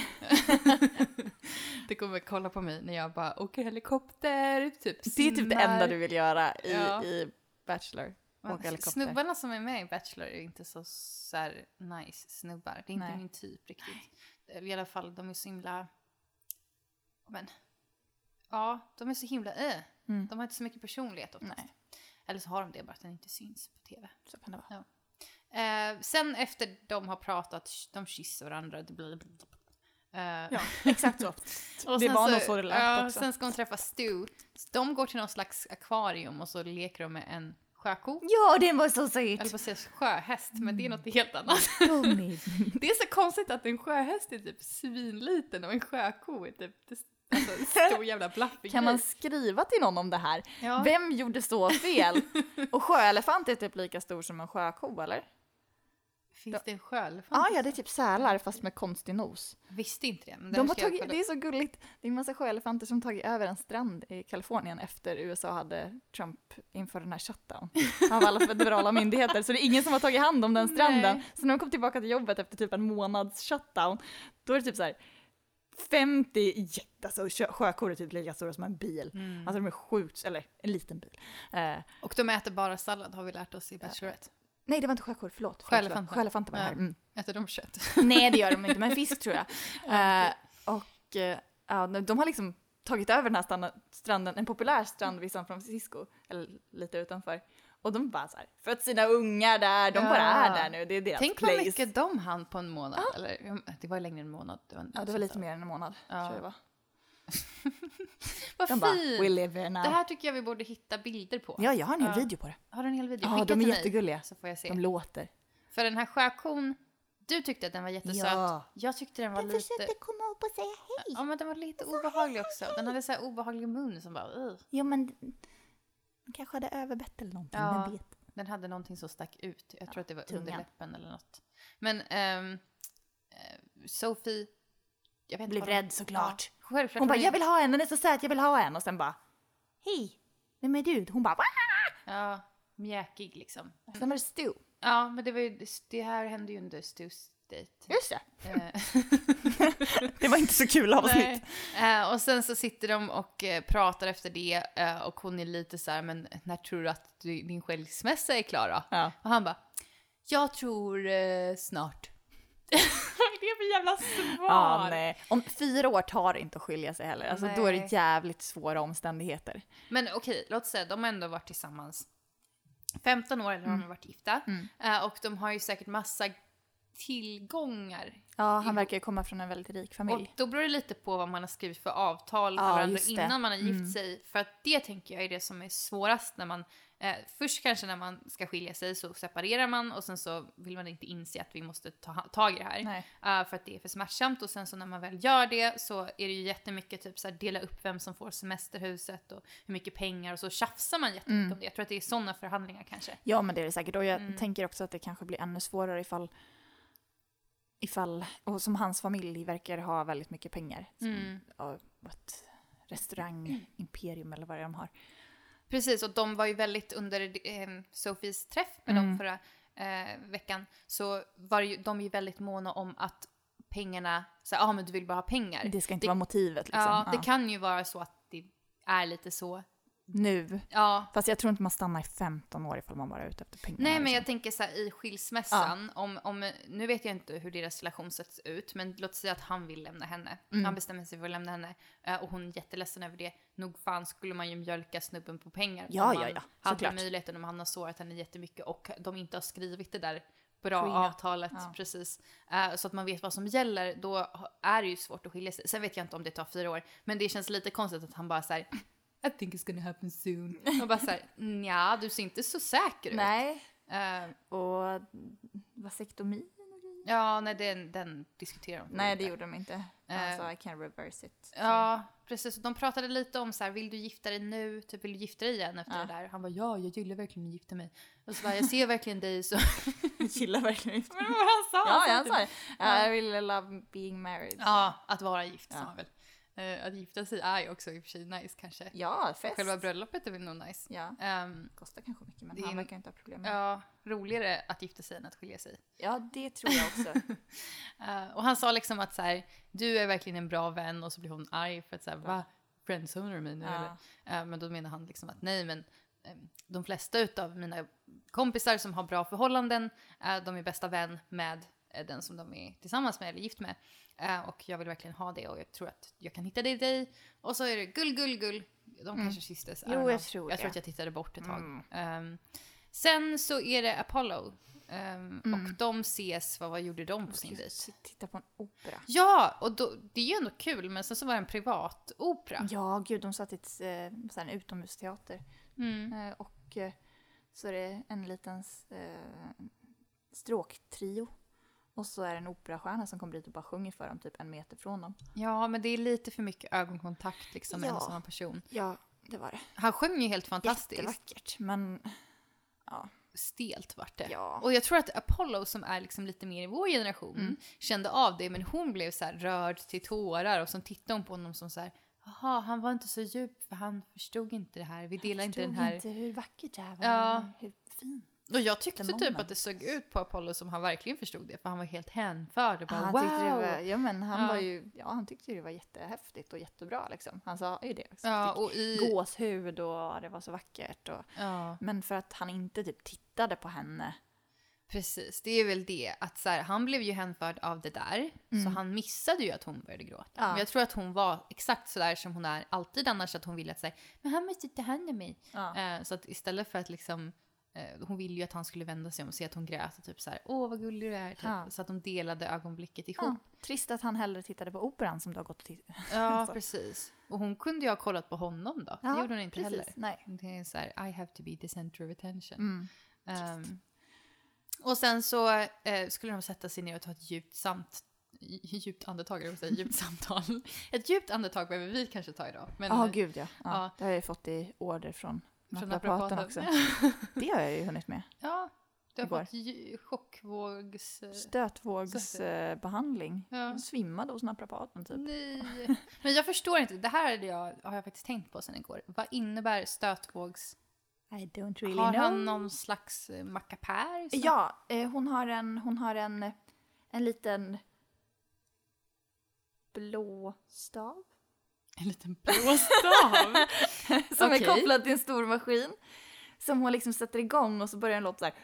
Speaker 2: det.
Speaker 1: Du kommer kolla på mig när jag bara åker helikopter, typ
Speaker 2: Det är typ det
Speaker 1: simmar.
Speaker 2: enda du vill göra i,
Speaker 1: Ja. Mm.
Speaker 2: i Bachelor.
Speaker 1: Men
Speaker 2: Åka helikopter.
Speaker 1: Snubbarna som är med i Bachelor är inte så, så här nice snubbar. Det är inte
Speaker 2: Nej.
Speaker 1: min typ riktigt. I alla fall, de är så himla... Men, ja, de är så himla äh.
Speaker 2: Mm.
Speaker 1: De har inte så mycket personlighet oftast.
Speaker 2: Nej.
Speaker 1: Eller så har de det bara att den inte syns på TV.
Speaker 2: Så kan det vara.
Speaker 1: Eh, sen efter de har pratat, de kysser varandra. Det blir... Eh,
Speaker 2: Ja, exakt så.
Speaker 1: Och
Speaker 2: det
Speaker 1: sen
Speaker 2: var nog så det lät
Speaker 1: ja,
Speaker 2: också.
Speaker 1: Sen ska hon träffa Stu. De går till någon slags akvarium och så leker de med en Sjöko.
Speaker 2: Ja, den var så
Speaker 1: Jag höll på
Speaker 2: söt!
Speaker 1: att säga sjöhäst, men det är något helt annat.
Speaker 2: Gummi.
Speaker 1: Det är så konstigt att en sjöhäst är typ svinliten och en sjöko är typ det- alltså, en stor jävla blaffig
Speaker 2: kan man
Speaker 1: grej.
Speaker 2: skriva till någon om det här?
Speaker 1: ja.
Speaker 2: Vem gjorde så fel? Och sjöelefant är typ lika stor som en sjöko, eller?
Speaker 1: Finns det en sjöelefant?
Speaker 2: Ja, ja, det är typ sälar fast med konstig nos.
Speaker 1: Visste inte det. Men det här
Speaker 2: De har
Speaker 1: ska jag
Speaker 2: tagit,
Speaker 1: kolla
Speaker 2: det
Speaker 1: upp.
Speaker 2: är så gulligt. Det är en massa sjöelefanter som tagit över en strand i Kalifornien efter USA hade Trump inför den här shutdown av alla federala myndigheter. Så det är ingen som har tagit hand om den stranden.
Speaker 1: Nej.
Speaker 2: Så när de kom tillbaka till jobbet efter typ en månads shutdown, då är det typ så här 50 jätte, alltså sjö- sjökor är typ lika stora som en bil.
Speaker 1: Mm.
Speaker 2: Alltså de är sjukt, eller en liten bil. Eh,
Speaker 1: Och de äter bara sallad har vi lärt oss i Bachelorette.
Speaker 2: nej det var inte sjökor, förlåt. förlåt,
Speaker 1: Sjöelefanter.
Speaker 2: förlåt. Sjöelefanter var det här.
Speaker 1: Ja.
Speaker 2: Mm.
Speaker 1: Äter de kött?
Speaker 2: Nej, det gör de inte, men fisk tror jag. Eh, och eh, ja, de har liksom tagit över den här stranden, stranden en populär strand vid San Francisco, eller lite utanför. Och de bara så här, fött sina ungar där, de
Speaker 1: Ja.
Speaker 2: bara är där nu, det är deras
Speaker 1: Tänk
Speaker 2: place.
Speaker 1: vad mycket de hann på en månad. Eller, ja, det var ju längre än en månad. Det var en-
Speaker 2: Ja, det var lite mer än en månad,
Speaker 1: Ja.
Speaker 2: tror jag det var.
Speaker 1: Vad
Speaker 2: De bara, we
Speaker 1: fint!
Speaker 2: live here now.
Speaker 1: Det här tycker jag vi borde hitta bilder på.
Speaker 2: Ja, jag har en hel
Speaker 1: Ja.
Speaker 2: video på det.
Speaker 1: Har du en hel video?
Speaker 2: Ja,
Speaker 1: Skicka
Speaker 2: de är
Speaker 1: till mig,
Speaker 2: jättegulliga.
Speaker 1: Så får jag se.
Speaker 2: De låter.
Speaker 1: För den här sjökon, du tyckte att den var jättesöt.
Speaker 2: Ja.
Speaker 1: Jag tyckte den var
Speaker 2: De
Speaker 1: lite...
Speaker 2: försökte komma upp och säga hej.
Speaker 1: Ja, men den var lite obehaglig också. Den hade så här obehaglig mun som bara... "Ugh."
Speaker 2: Jo, men de kanske hade överbett eller någonting,
Speaker 1: Ja.
Speaker 2: vem vet.
Speaker 1: Den hade någonting som stack ut. Jag tror att det var
Speaker 2: tungan.
Speaker 1: underläppen eller något. Men ehm, eh, Sophie... Jag vet inte
Speaker 2: Blev
Speaker 1: vad den-
Speaker 2: rädd såklart.
Speaker 1: Ja, självklart.
Speaker 2: Hon bara,
Speaker 1: är-
Speaker 2: jag vill ha en, den är så söt, jag vill ha en. Och sen bara, hej, vem är du? Hon bara, va?
Speaker 1: Ja, mjäkig liksom.
Speaker 2: Sen var det Stu.
Speaker 1: Ja, men det, var ju, det här hände ju under Stu's dejt.
Speaker 2: Just det.
Speaker 1: Eh,
Speaker 2: Det var inte så kul avsnitt.
Speaker 1: Nej. Eh, och sen så sitter de och eh, pratar efter det eh, och hon är lite så här, men när tror du att du, din skilsmässa är klar då?
Speaker 2: Ja.
Speaker 1: Och han bara, jag tror eh, snart. Vad är det för jävla svar?
Speaker 2: Ja, nej. Om fyra år tar det inte att skilja sig heller. Alltså, då är det
Speaker 1: Nej.
Speaker 2: jävligt svåra omständigheter.
Speaker 1: Men okej, låt säga de har ändå varit tillsammans 15 år eller har de varit gifta. Eh, och de har ju säkert massa tillgångar.
Speaker 2: Ja, han verkar ju komma från en väldigt rik
Speaker 1: Och
Speaker 2: familj.
Speaker 1: då beror det lite på vad man har skrivit för avtal med
Speaker 2: Ja,
Speaker 1: varandra
Speaker 2: just det. Mm.
Speaker 1: innan man har gift sig. För att det tänker jag är det som är svårast när man... Eh, först kanske när man ska skilja sig så separerar man och sen så vill man inte inse att vi måste ta ha- tag i det här.
Speaker 2: Nej.
Speaker 1: Eh, för att det är för smärtsamt och sen så när man väl gör det så är det ju jättemycket typ så här, dela upp vem som får semesterhuset och hur mycket pengar och så tjafsar man jättemycket
Speaker 2: Mm.
Speaker 1: om det. Jag tror att det är sådana förhandlingar kanske.
Speaker 2: Ja, men det är det säkert. Och jag tänker också att det kanske blir ännu svårare ifall ifall, och som hans familj verkar ha väldigt mycket pengar. Som, ja, ett restaurangimperium eller vad det är de har.
Speaker 1: Precis, och de var ju väldigt under eh, Sofies träff med
Speaker 2: Mm.
Speaker 1: dem förra eh, veckan så var det ju, de är ju väldigt måna om att pengarna, så ja ah, men du vill bara ha pengar.
Speaker 2: Det ska inte vara motivet liksom.
Speaker 1: ja,
Speaker 2: Ja.
Speaker 1: det kan ju vara så att det är lite så.
Speaker 2: Nu.
Speaker 1: Ja.
Speaker 2: Fast jag tror inte man stannar i 15 år ifall man bara är ute efter pengar. liksom.
Speaker 1: Nej men jag tänker så här i skilsmässan, om, om, nu vet jag inte hur deras relation sätts ut men låt säga att han vill lämna henne.
Speaker 2: Mm.
Speaker 1: Han bestämmer sig för att lämna henne eh, och hon är jätteledsen över det. Nog fan skulle man ju mjölka snubben på pengar.
Speaker 2: Ja,
Speaker 1: om
Speaker 2: ja,
Speaker 1: han
Speaker 2: ja,
Speaker 1: Hade
Speaker 2: såklart.
Speaker 1: möjligheten om han har sårat henne jättemycket och de inte har skrivit det där bra
Speaker 2: Skillnad.
Speaker 1: avtalet.
Speaker 2: Ja.
Speaker 1: Precis. Eh, så att man vet vad som gäller, då ha- är det ju svårt att skilja sig. Sen vet jag inte om det tar fyra år, men det känns lite konstigt att han bara så här. I think it's gonna happen soon. Och bara såhär, nja du ser inte så säker ut.
Speaker 2: Nej.
Speaker 1: Eh,
Speaker 2: Och vasektomi?
Speaker 1: Ja, nej den, den diskuterar de
Speaker 2: Nej, det
Speaker 1: inte.
Speaker 2: gjorde de inte. Han sa I can reverse it. Så-
Speaker 1: Eh. Ja, precis. De pratade lite om så här, vill du gifta dig nu? Typ, vill du gifta dig igen efter det där? Han var ja, jag gillar verkligen att gifta mig. Och så bara, jag ser verkligen dig så...
Speaker 2: Jag gillar verkligen inte.
Speaker 1: Men vad han sa?
Speaker 2: Ja, jag
Speaker 1: typ-
Speaker 2: sa det. I really love being married.
Speaker 1: Ja, att vara gift sa
Speaker 2: Ja.
Speaker 1: han väl. Eh, att gifta sig är ju också i och för sig nice kanske.
Speaker 2: Ja, fest.
Speaker 1: Själva bröllopet är väl nog nice.
Speaker 2: Ja,
Speaker 1: Ehm,
Speaker 2: kostar kanske mycket men
Speaker 1: Det är
Speaker 2: han
Speaker 1: en-
Speaker 2: verkar inte ha problem med det.
Speaker 1: ja, roligare att gifta sig än att skilja sig.
Speaker 2: Ja, det tror jag också.
Speaker 1: Eh, och han sa liksom att så här, du är verkligen en bra vän och så blir hon arg för att så här, va? Friendzonar du mig nu
Speaker 2: Ja.
Speaker 1: eller? Eh, men då menar han liksom att nej men eh, de flesta utav mina kompisar som har bra förhållanden, eh, de är bästa vän med eh, den som de är tillsammans med eller gift med. Eh, och jag vill verkligen ha det och jag tror att jag kan hitta det i dig. Och så är det gull, gull, gull. De kanske kysstes. I
Speaker 2: Mm. Jo,
Speaker 1: don't know.
Speaker 2: jag tror
Speaker 1: Jag tror
Speaker 2: det. Mm.
Speaker 1: att jag tittade bort ett tag. Ehm, sen så är det Apollo. Ehm, Och
Speaker 2: Mm.
Speaker 1: de ses, vad, vad gjorde de på sin dejt?
Speaker 2: Titta på en opera.
Speaker 1: Ja, och då, det är ju ändå kul, men sen så var det en privat
Speaker 2: Mm.
Speaker 1: opera. Ehm,
Speaker 2: Ja, gud, de satt i ett, eh, så här en utomhusteater. Eh, Och eh, Så är det en liten eh, stråktrio. Och så är det en operastjärna som kommer dit och bara sjunger för dem typ en meter från dem.
Speaker 1: Ja, men det är lite för mycket ögonkontakt liksom med en
Speaker 2: Ja.
Speaker 1: och samma person.
Speaker 2: Ja, det var det.
Speaker 1: Han sjöng ju helt fantastiskt.
Speaker 2: Jättevackert. Men
Speaker 1: Stelt vart det.
Speaker 2: ja.
Speaker 1: Och jag tror att Apollo som är liksom lite mer i vår generation
Speaker 2: Mm.
Speaker 1: kände av det men hon blev så här rörd till tårar och sen tittade hon på honom som så här Jaha, han var inte så djup för han förstod inte det här. Vi delar inte den här.
Speaker 2: inte hur vackert det här var.
Speaker 1: Ja.
Speaker 2: Hur fint.
Speaker 1: Och jag tyckte
Speaker 2: Den
Speaker 1: typ
Speaker 2: moment.
Speaker 1: att det såg ut på Apollo som han verkligen förstod det för han var helt hänförd och bara
Speaker 2: han
Speaker 1: wow.
Speaker 2: tyckte det var, ja, men han
Speaker 1: Ja.
Speaker 2: var ju, ja, han tyckte det var jättehäftigt och jättebra liksom. Han sa ju det. Också.
Speaker 1: Ja,
Speaker 2: Fick
Speaker 1: och i...
Speaker 2: Gåshud och det var så vackert. Och,
Speaker 1: Ja,
Speaker 2: men för att han inte typ tittade på henne.
Speaker 1: precis. Det är väl det att så här, han blev ju hänförd av det där så han missade ju att hon började gråta.
Speaker 2: Mm. Ja.
Speaker 1: Men jag tror att hon var exakt så där som hon är alltid annars att hon ville att säga men han måste ta hand om mig.
Speaker 2: Ja.
Speaker 1: Eh, så att istället för att liksom, eh, hon ville ju att han skulle vända sig om och se att hon grät och typ så här, åh vad gullig du är, typ.
Speaker 2: Ja.
Speaker 1: så att de delade ögonblicket ihop.
Speaker 2: Ja. Trist att han hellre tittade på operan som du har gått och tittat.
Speaker 1: Ja, precis. Och hon kunde ju ha kollat på honom då, det gjorde hon inte heller.
Speaker 2: Nej.
Speaker 1: Det är så här, I have to be the center of attention.
Speaker 2: Mm.
Speaker 1: Ehm, och sen så eh, skulle de sätta sig ner och ta ett djupt samt dj- djupt andetag, eller vad säger jag, djupt samtal. Ett djupt andetag behöver vi kanske ta idag. Men,
Speaker 2: Ja, gud ja. ja.
Speaker 1: Ja.
Speaker 2: Det har jag ju fått i order från
Speaker 1: Från
Speaker 2: naprapaten också.
Speaker 1: naprapaten.
Speaker 2: Det har jag ju hunnit med.
Speaker 1: ja, du har
Speaker 2: Igår.
Speaker 1: fått ju- chockvågs... eh,
Speaker 2: Stötvågsbehandling.
Speaker 1: Ja.
Speaker 2: Jag svimmade hos naprapaten typ.
Speaker 1: Nej. Men jag förstår inte. Det här hade jag, har jag faktiskt tänkt på sen igår. Vad innebär stötvågs...
Speaker 2: I don't really
Speaker 1: har
Speaker 2: know.
Speaker 1: han någon slags eh, mackapär? som-
Speaker 2: Ja, eh, hon har en, hon har en, en liten blå stav.
Speaker 1: En liten blåstav?
Speaker 2: Som
Speaker 1: Okej.
Speaker 2: är kopplad till en stor maskin. Som hon liksom sätter igång och så börjar den låta så här.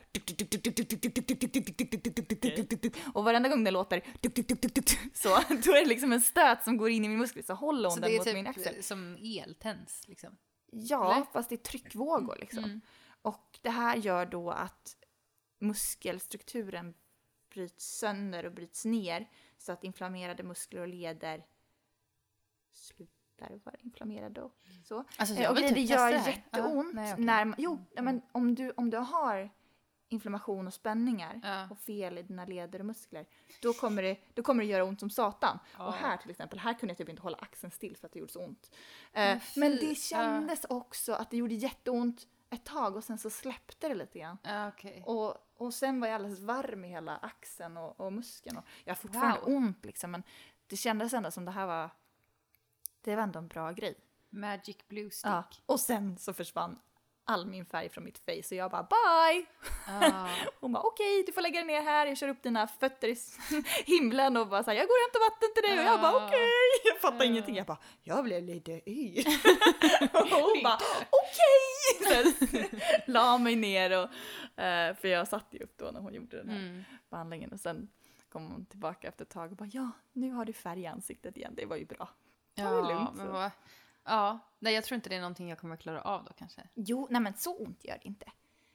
Speaker 2: Och varenda gång den låter så, då är det liksom en stöt som går in i min muskel. Så håller hon
Speaker 1: så
Speaker 2: den
Speaker 1: det är
Speaker 2: mot min axel.
Speaker 1: typ som eltens liksom.
Speaker 2: Ja,
Speaker 1: Eller?
Speaker 2: fast det är tryckvågor liksom.
Speaker 1: Mm.
Speaker 2: Och det här gör då att muskelstrukturen bryts sönder och bryts ner så att inflammerade muskler och leder slutar vara inflammerade och så.
Speaker 1: Alltså,
Speaker 2: Eh, och
Speaker 1: vill
Speaker 2: grejen, det
Speaker 1: typ testa
Speaker 2: gör
Speaker 1: här. Ja,
Speaker 2: jätteont
Speaker 1: nej, okej. Mm.
Speaker 2: när man, jo, nej, men om du, om du har inflammation och spänningar
Speaker 1: Ja.
Speaker 2: och fel i dina leder och muskler, då kommer det, då kommer det göra ont som satan.
Speaker 1: Ja.
Speaker 2: Och här till exempel, här kunde jag typ inte hålla axeln still för att det gjorde så ont.
Speaker 1: Men
Speaker 2: Men, eh, men
Speaker 1: fy, ja.
Speaker 2: det kändes också att det gjorde jätteont ett tag och sen så släppte det lite grann.
Speaker 1: Ja, okej.
Speaker 2: Och, och sen var jag alldeles varm i hela axeln och, och muskeln. Och jag har fortfarande
Speaker 1: Wow.
Speaker 2: ont liksom, men det kändes ändå som det här var, det var ändå en bra grej.
Speaker 1: Magic blue stick.
Speaker 2: Ja, och sen så försvann all min färg från mitt face och jag bara bye!
Speaker 1: Ah.
Speaker 2: Hon bara okej, du får lägga dig ner här, jag kör upp dina fötter i s- himlen och bara så här, jag går och hämtar vatten till dig och jag bara
Speaker 1: Ja.
Speaker 2: okej! Jag
Speaker 1: Ja.
Speaker 2: fattar ingenting, jag bara jag blev lite yr. och hon bara okej! Okay. La mig ner och, eh, för jag satt ju upp då när hon gjorde den här
Speaker 1: Mm.
Speaker 2: behandlingen och sen kom hon tillbaka efter ett tag och bara ja, nu har du färg i ansiktet igen, det var ju bra. det är
Speaker 1: Ja,
Speaker 2: lugnt,
Speaker 1: men
Speaker 2: så.
Speaker 1: vad... Ja, nej jag tror inte det är någonting jag kommer klara av då kanske.
Speaker 2: Jo, nej men så ont gör det inte.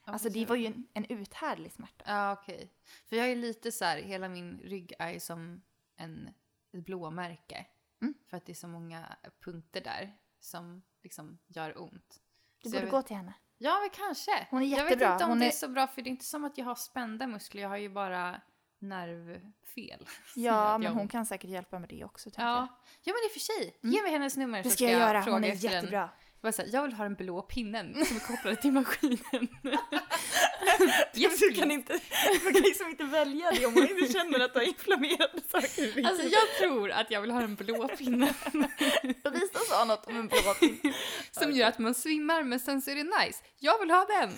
Speaker 1: Ja,
Speaker 2: Alltså det
Speaker 1: precis.
Speaker 2: var ju en, en uthärdlig smärta.
Speaker 1: Ja, okej. För jag är lite så här, hela min rygg är ju som en, ett blåmärke.
Speaker 2: Mm.
Speaker 1: För att det är så många punkter där som liksom gör ont.
Speaker 2: Du
Speaker 1: Så jag
Speaker 2: borde
Speaker 1: vet-
Speaker 2: gå till henne.
Speaker 1: Ja, men kanske.
Speaker 2: Hon är
Speaker 1: Jag vet
Speaker 2: jättebra.
Speaker 1: inte om
Speaker 2: Hon
Speaker 1: det är
Speaker 2: är-
Speaker 1: så bra, för det är inte som att jag har spända muskler, jag har ju bara nervfel.
Speaker 2: Ja,
Speaker 1: jag
Speaker 2: men hon
Speaker 1: ont.
Speaker 2: kan säkert hjälpa med det också. tänker
Speaker 1: Ja.
Speaker 2: jag.
Speaker 1: ja, men i och för sig. Ge mig hennes nummer
Speaker 2: Mm. Det
Speaker 1: så
Speaker 2: ska jag göra, hon
Speaker 1: fråga
Speaker 2: är
Speaker 1: efter den.
Speaker 2: jättebra.
Speaker 1: Bara så här, jag vill ha den blå pinnen som är kopplad till maskinen. yes,
Speaker 2: Du kan, inte, du kan liksom inte välja det om hon inte känner att du har inflammerade saker.
Speaker 1: Alltså jag tror att jag vill ha den blå pinnen
Speaker 2: Lovisa sa något om en blå pin.
Speaker 1: som gör att man svimmar men sen så är det nice. Jag vill ha den!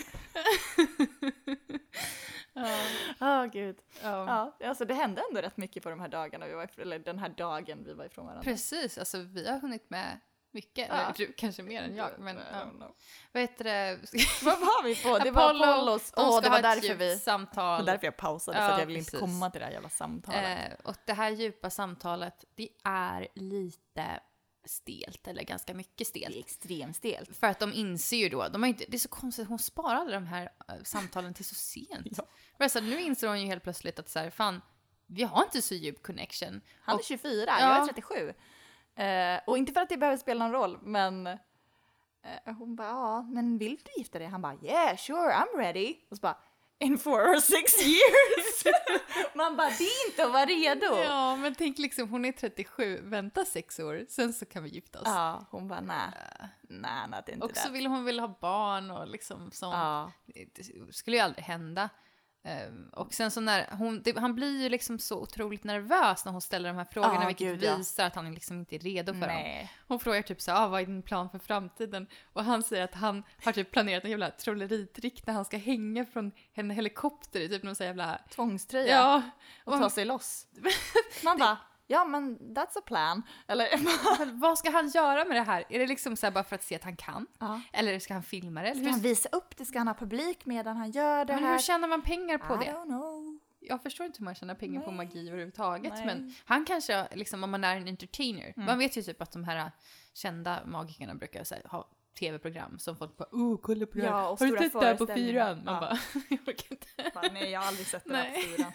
Speaker 1: ja,
Speaker 2: Ja, gud.
Speaker 1: ja.
Speaker 2: Ja, alltså det hände ändå rätt mycket på de här dagarna vi var ifrån, eller den här dagen vi var ifrån varandra.
Speaker 1: Precis, alltså vi har hunnit med mycket.
Speaker 2: Ja.
Speaker 1: Eller du kanske mer än jag. Men,
Speaker 2: eh, I don't
Speaker 1: ja.
Speaker 2: know.
Speaker 1: Vad heter det?
Speaker 2: Vad var vi på? Det
Speaker 1: Apollo,
Speaker 2: var Apollos.
Speaker 1: De
Speaker 2: Åh,
Speaker 1: ska
Speaker 2: det
Speaker 1: ha
Speaker 2: var
Speaker 1: ett
Speaker 2: därför
Speaker 1: djupt
Speaker 2: vi... Det
Speaker 1: samtal.
Speaker 2: var därför jag pausade, för
Speaker 1: Ja,
Speaker 2: att jag ville inte
Speaker 1: precis.
Speaker 2: komma till det här jävla samtalet.
Speaker 1: Eh, och det här djupa samtalet, det är lite stelt, eller ganska mycket stelt.
Speaker 2: det är extremt stelt.
Speaker 1: För att de inser ju då, de har inte, det är så konstigt, hon sparade de här eh, samtalen till så sent.
Speaker 2: Ja.
Speaker 1: Ja. Så här, nu inser hon ju helt plötsligt att så här, fan, vi har inte så djup connection.
Speaker 2: Han är
Speaker 1: Och-
Speaker 2: 24,
Speaker 1: Ja.
Speaker 2: jag är 37. Eh, och inte för att det behöver spela någon roll, men Eh, Hon bara, ja, men vill du gifta dig? Han bara, yeah, sure, I'm ready. Och så bara, in four or six years. Man bara, det är inte att vara redo.
Speaker 1: Ja, men tänk liksom, hon är 37, vänta sex år, sen så kan vi gifta oss.
Speaker 2: Ja, hon bara, nej, nej, nej, det är inte
Speaker 1: och så
Speaker 2: det.
Speaker 1: ville hon väl ha barn och liksom sånt.
Speaker 2: Ja,
Speaker 1: Det skulle ju aldrig hända. Ehm, Och sen så när hon, det, han blir ju liksom så otroligt nervös när hon ställer de här frågorna
Speaker 2: Ja,
Speaker 1: vilket
Speaker 2: gud, ja.
Speaker 1: visar att han liksom inte är redo för dem.
Speaker 2: nej.
Speaker 1: Hon frågar typ så här, ah, vad är din plan för framtiden? Och han säger att han har typ planerat en jävla trolleritrick när han ska hänga från en helikopter i typ någon sån här jävla...
Speaker 2: Tvångströja
Speaker 1: Ja,
Speaker 2: och ta sig loss. Man bara, ja men that's a plan. Eller,
Speaker 1: vad ska han göra med det här? Är det liksom så här bara för att se att han kan?
Speaker 2: ja.
Speaker 1: Eller ska han filma det? Eller
Speaker 2: Ska han
Speaker 1: hur,
Speaker 2: visa upp det? Ska han ha publik medan han gör det
Speaker 1: men hur
Speaker 2: här?
Speaker 1: tjänar man pengar på
Speaker 2: I
Speaker 1: det?
Speaker 2: don't know.
Speaker 1: Jag förstår inte hur man tjänar pengar på
Speaker 2: Nej.
Speaker 1: magi överhuvudtaget.
Speaker 2: Nej. Mm.
Speaker 1: Men han kanske, liksom, om man är en entertainer. Man vet ju typ att de här kända magikerna brukar så här, ha tv-program som folk bara oh, kolla på det här.
Speaker 2: Ja, och
Speaker 1: Har du sett
Speaker 2: stora
Speaker 1: det här på
Speaker 2: föreställningar."
Speaker 1: fyran? Man
Speaker 2: Ja.
Speaker 1: bara, jag orkar inte.
Speaker 2: Bara, nej, jag har aldrig sett det här på
Speaker 1: Nej.
Speaker 2: fyran.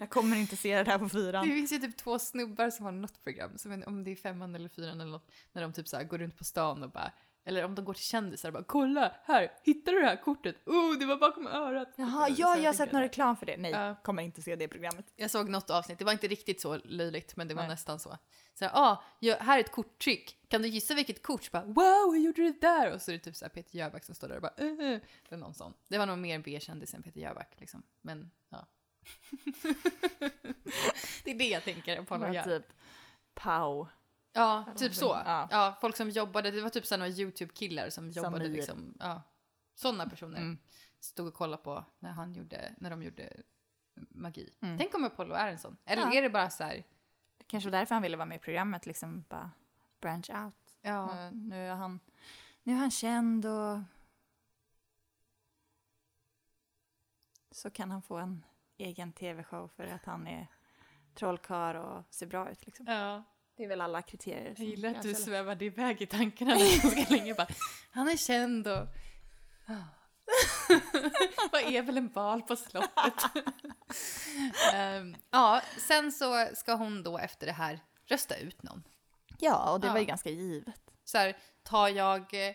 Speaker 2: Jag kommer inte se det här på
Speaker 1: Det
Speaker 2: fyran.
Speaker 1: finns ju typ två snubbar som har något program, som en- om det är femman eller fyran eller något, när de typ så här går runt på stan och bara, eller om de går till kändisar och bara “kolla, här, hittar du det här kortet? Oh, det var bakom örat!”
Speaker 2: Jaha,
Speaker 1: Så
Speaker 2: ja, jag har
Speaker 1: tänker
Speaker 2: sett någon reklam för det. Nej,
Speaker 1: Ja.
Speaker 2: kommer inte se det programmet.
Speaker 1: Jag såg något avsnitt, det var inte riktigt så löjligt men det var
Speaker 2: Nej.
Speaker 1: nästan så. Så här, ah, ja, här är ett korttrick, kan du gissa vilket kort? Så bara, wow, hur gjorde du det där? Och så är det typ så här Peter Jöback som står där och bara eh, eh", eller någon sån. Det var nog mer B-kändis än Peter Jöback liksom. Men ja. det är det jag tänker på honom
Speaker 2: Bara
Speaker 1: gör.
Speaker 2: typ pow.
Speaker 1: Ja, typ så.
Speaker 2: Ja.
Speaker 1: Ja, folk som jobbade, det var typ så här några YouTube-killar som
Speaker 2: Samir.
Speaker 1: jobbade liksom, ja. Sådana personer
Speaker 2: Mm.
Speaker 1: stod och kollade på när han gjorde, när de gjorde magi.
Speaker 2: Mm.
Speaker 1: Tänk om Apollo är en sån. Eller
Speaker 2: Ja.
Speaker 1: är det bara så här
Speaker 2: Det kanske var därför han ville vara med i programmet, liksom bara branch out.
Speaker 1: Ja.
Speaker 2: Nu, nu, är han, nu är han känd och så kan han få en egen tv-show för att han är trollkar och ser bra ut. Liksom.
Speaker 1: ja.
Speaker 2: Det är väl alla kriterier.
Speaker 1: Jag
Speaker 2: som
Speaker 1: gillar att du
Speaker 2: krävs, eller?
Speaker 1: svävade iväg i tankarna ganska länge. Bara, han är känd och... Ah. Vad är väl en bal på slottet? Ehm, ja, sen så ska hon då efter det här rösta ut någon.
Speaker 2: Ja, och det var ju
Speaker 1: Ja.
Speaker 2: ganska givet.
Speaker 1: Så här, tar jag eh,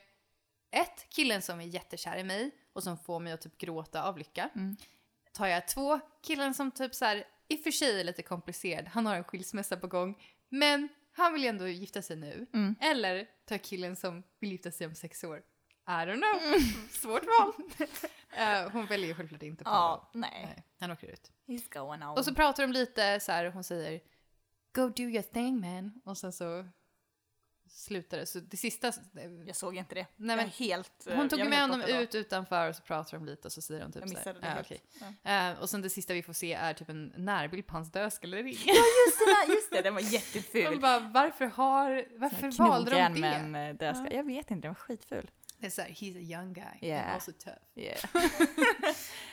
Speaker 1: ett, killen som är jättekär i mig och som får mig att typ gråta av lycka.
Speaker 2: Mm.
Speaker 1: Tar jag två, killen som typ så här, i och för sig är lite komplicerad, han har en skilsmässa på gång, men han vill ju ändå gifta sig nu.
Speaker 2: Mm.
Speaker 1: Eller tar jag killen som vill gifta sig om sex år. I don't know,
Speaker 2: Mm.
Speaker 1: svårt val. Eh, hon väljer ju självklart inte på
Speaker 2: Ja, nej.
Speaker 1: Nej, han åker ut.
Speaker 2: He's going out.
Speaker 1: Och så pratar de lite så här, hon säger Go do your thing man. Och sen så slutar det. Så det sista
Speaker 2: jag såg inte det.
Speaker 1: Nej,
Speaker 2: Jag är
Speaker 1: men
Speaker 2: helt, eh,
Speaker 1: hon tog
Speaker 2: jag är
Speaker 1: med
Speaker 2: helt
Speaker 1: honom
Speaker 2: borta då.
Speaker 1: ut utanför och så pratar de lite och så säger de typ
Speaker 2: Jag missade
Speaker 1: så
Speaker 2: det
Speaker 1: här, "Ah,
Speaker 2: helt.
Speaker 1: okej."
Speaker 2: Ja.
Speaker 1: Eh, Och sen det sista vi får se är typ en närbild på hans dödsgalleri.
Speaker 2: Just det, där, just det, den var jätteful.
Speaker 1: Man bara, varför har, varför
Speaker 2: Sån här
Speaker 1: valde de
Speaker 2: knogjärn
Speaker 1: det?
Speaker 2: med en, eh, dödskalle. Jag vet inte, den var skitful.
Speaker 1: Det är såhär, he's a young guy,
Speaker 2: Yeah.
Speaker 1: yeah. also tough.
Speaker 2: Yeah.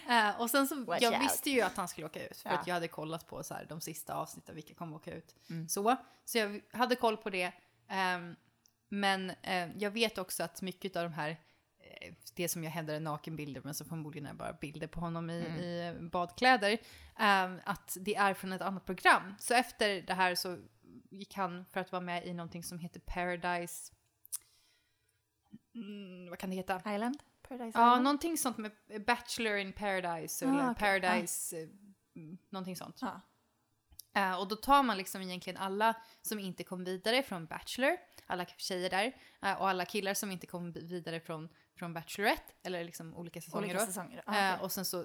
Speaker 1: Eh, och sen så,
Speaker 2: Watch
Speaker 1: jag
Speaker 2: out.
Speaker 1: visste ju att han skulle åka ut för
Speaker 2: Ja.
Speaker 1: att jag hade kollat på så här, de sista avsnitten vilka kommer åka ut.
Speaker 2: Mm.
Speaker 1: Så, så jag hade koll på det. ehm, men eh, jag vet också att mycket av de här, eh, det som jag hävdar är nakenbilder men som förmodligen är bara bilder på honom i, i
Speaker 2: Mm.
Speaker 1: badkläder, ehm, att det är från ett annat program. Så efter det här så gick han för att vara med i någonting som heter Paradise, mm, vad kan det heta?
Speaker 2: Island? Paradise
Speaker 1: Ja,
Speaker 2: Island?
Speaker 1: någonting sånt med Bachelor in Paradise eller
Speaker 2: Ah, okej.
Speaker 1: Paradise, eh, mm, någonting sånt.
Speaker 2: Ja.
Speaker 1: Eh, och då tar man liksom egentligen alla som inte kom vidare från Bachelor, alla tjejer där, eh, och alla killar som inte kom vidare från, från Bachelorette, eller liksom olika säsonger
Speaker 2: Olika
Speaker 1: då.
Speaker 2: säsonger. Ja,
Speaker 1: Eh,
Speaker 2: okej.
Speaker 1: och sen så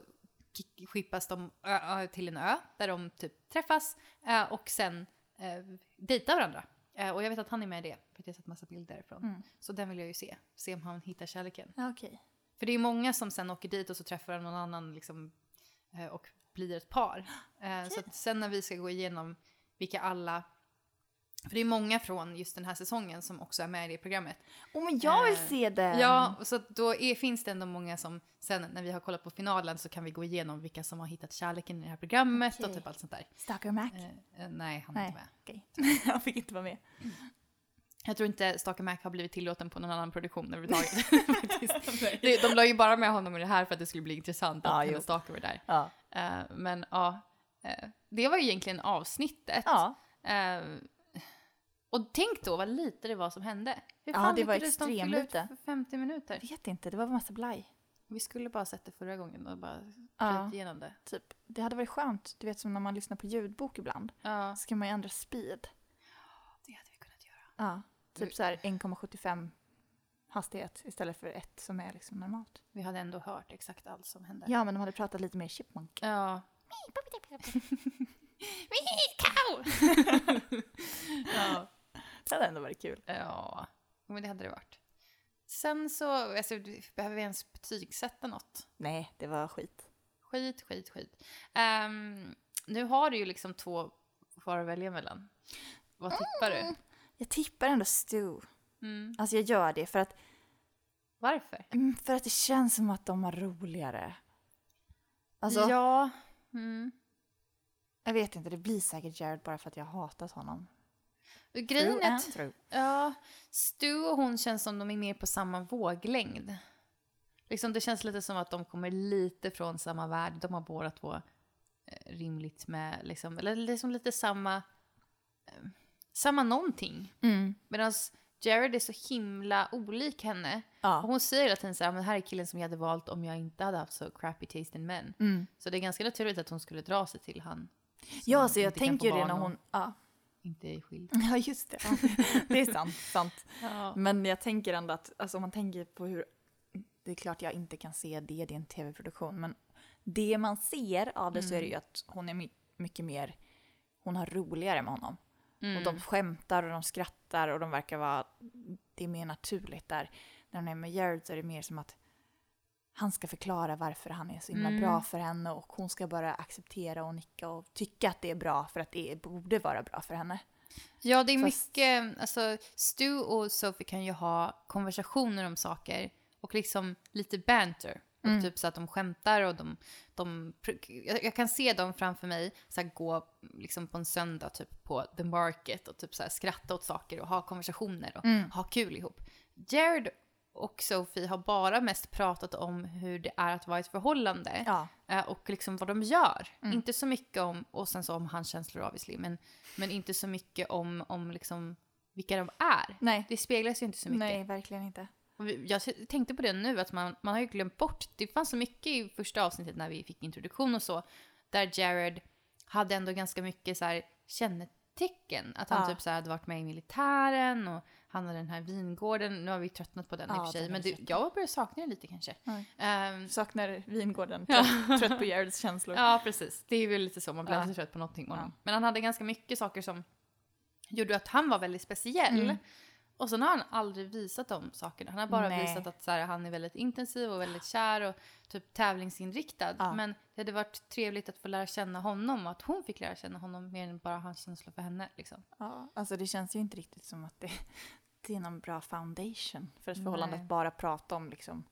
Speaker 1: kick- skippas de ö, ö, till en ö där de typ träffas eh, och sen eh, dejtar varandra. Eh, och jag vet att han är med i det, för att jag har sett massa bilder därifrån.
Speaker 2: Mm.
Speaker 1: Så den vill jag ju se, se om han hittar kärleken.
Speaker 2: Ja, okej.
Speaker 1: För det är många som sen åker dit och så träffar de någon annan liksom, eh, och blir ett par. Eh, Så att sen när vi ska gå igenom vilka alla... För det är många från just den här säsongen som också är med i det programmet.
Speaker 2: Åh, men jag vill
Speaker 1: Eh,
Speaker 2: se den!
Speaker 1: Ja, och så att då är, finns det ändå många som sen när vi har kollat på finalen så kan vi gå igenom vilka som har hittat kärleken i det här programmet och
Speaker 2: Okej.
Speaker 1: typ allt sånt där.
Speaker 2: Stalker Mac.
Speaker 1: Eh, eh, nej, han är
Speaker 2: Nej.
Speaker 1: inte med.
Speaker 2: Okej. jag fick inte vara med.
Speaker 1: Jag tror inte Stalker Mac har blivit tillåten på någon annan produktion överhuvudtaget. faktiskt. Det- De la ju bara med honom i det här för att det skulle bli intressant att
Speaker 2: Ja,
Speaker 1: ja,
Speaker 2: jo.
Speaker 1: hennes stalker var där.
Speaker 2: Ja.
Speaker 1: Eh, men ja, eh, det var ju egentligen avsnittet.
Speaker 2: ja.
Speaker 1: Eh, Och tänk då vad lite det var som hände. Hur
Speaker 2: Ja,
Speaker 1: fan
Speaker 2: det var
Speaker 1: lyckades de fylla ut
Speaker 2: extremlite.
Speaker 1: för 50 minuter?
Speaker 2: Jag vet inte, det var en massa blaj.
Speaker 1: Vi skulle bara sett det förra gången och bara
Speaker 2: Ja.
Speaker 1: klivit igenom det.
Speaker 2: Typ. Det hade varit skönt, du vet som när man lyssnar på ljudbok ibland.
Speaker 1: Ja,
Speaker 2: Så kan man ju ändra speed.
Speaker 1: det hade vi kunnat göra.
Speaker 2: Ja,
Speaker 1: Mm.
Speaker 2: typ så här 1,75 hastighet istället för ett som är liksom normalt.
Speaker 1: Vi hade ändå hört exakt allt som hände.
Speaker 2: Ja, men de hade pratat lite mer chipmunk.
Speaker 1: Ja. ja.
Speaker 2: Det hade ändå varit kul.
Speaker 1: Ja, Jo, men det hade det varit. Sen så, alltså, behöver vi ens betygsätta något?
Speaker 2: Nej, det var skit.
Speaker 1: Skit, skit, skit. Ehm, nu har du ju liksom två kvar att välja mellan. Vad tippar du?
Speaker 2: Jag tippar ändå Stu.
Speaker 1: Mm.
Speaker 2: Alltså jag gör det för att,
Speaker 1: Varför?
Speaker 2: mm, för att det känns som att de har roligare. Alltså,
Speaker 1: Ja. Mm.
Speaker 2: jag vet inte, det blir säkert Jared bara för att jag har hatat honom.
Speaker 1: Grejen är att
Speaker 2: Through.
Speaker 1: ja, Stu och hon känns som de är mer på samma våglängd. Liksom, det känns lite som att de kommer lite från samma värld. De har båda två eh, rimligt med, liksom, eller liksom lite samma, eh, samma någonting.
Speaker 2: Mm.
Speaker 1: Medan Jared är så himla olik henne. Och
Speaker 2: Ja.
Speaker 1: hon säger hela tiden så här, men här är killen som jag hade valt om jag inte hade haft så crappy taste in men.
Speaker 2: Mm.
Speaker 1: Så det är ganska naturligt att hon skulle dra sig till han. som
Speaker 2: Ja, så jag
Speaker 1: inte kan
Speaker 2: tänker ju
Speaker 1: få
Speaker 2: det
Speaker 1: barn
Speaker 2: när
Speaker 1: och
Speaker 2: hon... Ja,
Speaker 1: Inte är skild.
Speaker 2: ja just det. det är sant. sant.
Speaker 1: Ja.
Speaker 2: Men jag tänker ändå att, alltså om man tänker på hur, det är klart jag inte kan se det, det är en tv-produktion, men det man ser av det så är
Speaker 1: Mm.
Speaker 2: det ju att hon är my- mycket mer, hon har roligare med honom.
Speaker 1: Mm.
Speaker 2: Och de skämtar och de skrattar och de verkar vara, det är mer naturligt där. När hon är med Jared så är det mer som att han ska förklara varför han är så himla
Speaker 1: Mm.
Speaker 2: bra för henne och hon ska bara acceptera och nicka och tycka att det är bra för att det borde vara bra för henne.
Speaker 1: Ja, det är
Speaker 2: Fast-
Speaker 1: mycket, alltså Stu och Sophie kan ju ha konversationer om saker och liksom lite banter. Och
Speaker 2: Mm.
Speaker 1: typ så att de skämtar och de, de pr- jag, jag kan se dem framför mig så här, gå liksom på en söndag typ på the market och typ så här, skratta åt saker och ha konversationer och
Speaker 2: Mm.
Speaker 1: ha kul ihop. Jared och Sophie har bara mest pratat om hur det är att vara i ett förhållande.
Speaker 2: Ja.
Speaker 1: Eh, och liksom vad de gör.
Speaker 2: Mm.
Speaker 1: Inte så mycket om, och sen så om hans känslor obviously, men, men inte så mycket om, om liksom vilka de är.
Speaker 2: Nej.
Speaker 1: Det speglas ju inte så mycket.
Speaker 2: Nej, verkligen inte.
Speaker 1: Och vi- Jag s- tänkte på det nu, att man, man har ju glömt bort, det fanns så mycket i första avsnittet när vi fick introduktion och så, där Jared hade ändå ganska mycket så här kännetecken. Att han
Speaker 2: Ja.
Speaker 1: typ så här hade varit med i militären och han hade den här vingården. Nu har vi tröttnat på den i
Speaker 2: Ja,
Speaker 1: och för sig,
Speaker 2: den är
Speaker 1: men det,
Speaker 2: trött.
Speaker 1: jag börjar sakna den lite kanske.
Speaker 2: Nej.
Speaker 1: Ehm,
Speaker 2: Saknar vingården,
Speaker 1: Ja.
Speaker 2: trött, trött på Jareds känslor.
Speaker 1: Ja, precis. Det är väl lite så, man blir
Speaker 2: Ja.
Speaker 1: alltid trött på någonting med honom.
Speaker 2: Ja.
Speaker 1: Men han hade ganska mycket saker som gjorde att han var väldigt speciell.
Speaker 2: Mm.
Speaker 1: Och sen har han aldrig visat de sakerna. Han har bara
Speaker 2: Nej.
Speaker 1: visat att så här, han är väldigt intensiv och väldigt kär och typ tävlingsinriktad.
Speaker 2: Ja.
Speaker 1: Men det hade varit trevligt att få lära känna honom och att hon fick lära känna honom mer än bara hans känslor för henne. Liksom.
Speaker 2: Ja, alltså det känns ju inte riktigt som att det, det är någon bra foundation för ett förhållande
Speaker 1: Nej.
Speaker 2: att bara prata om liksom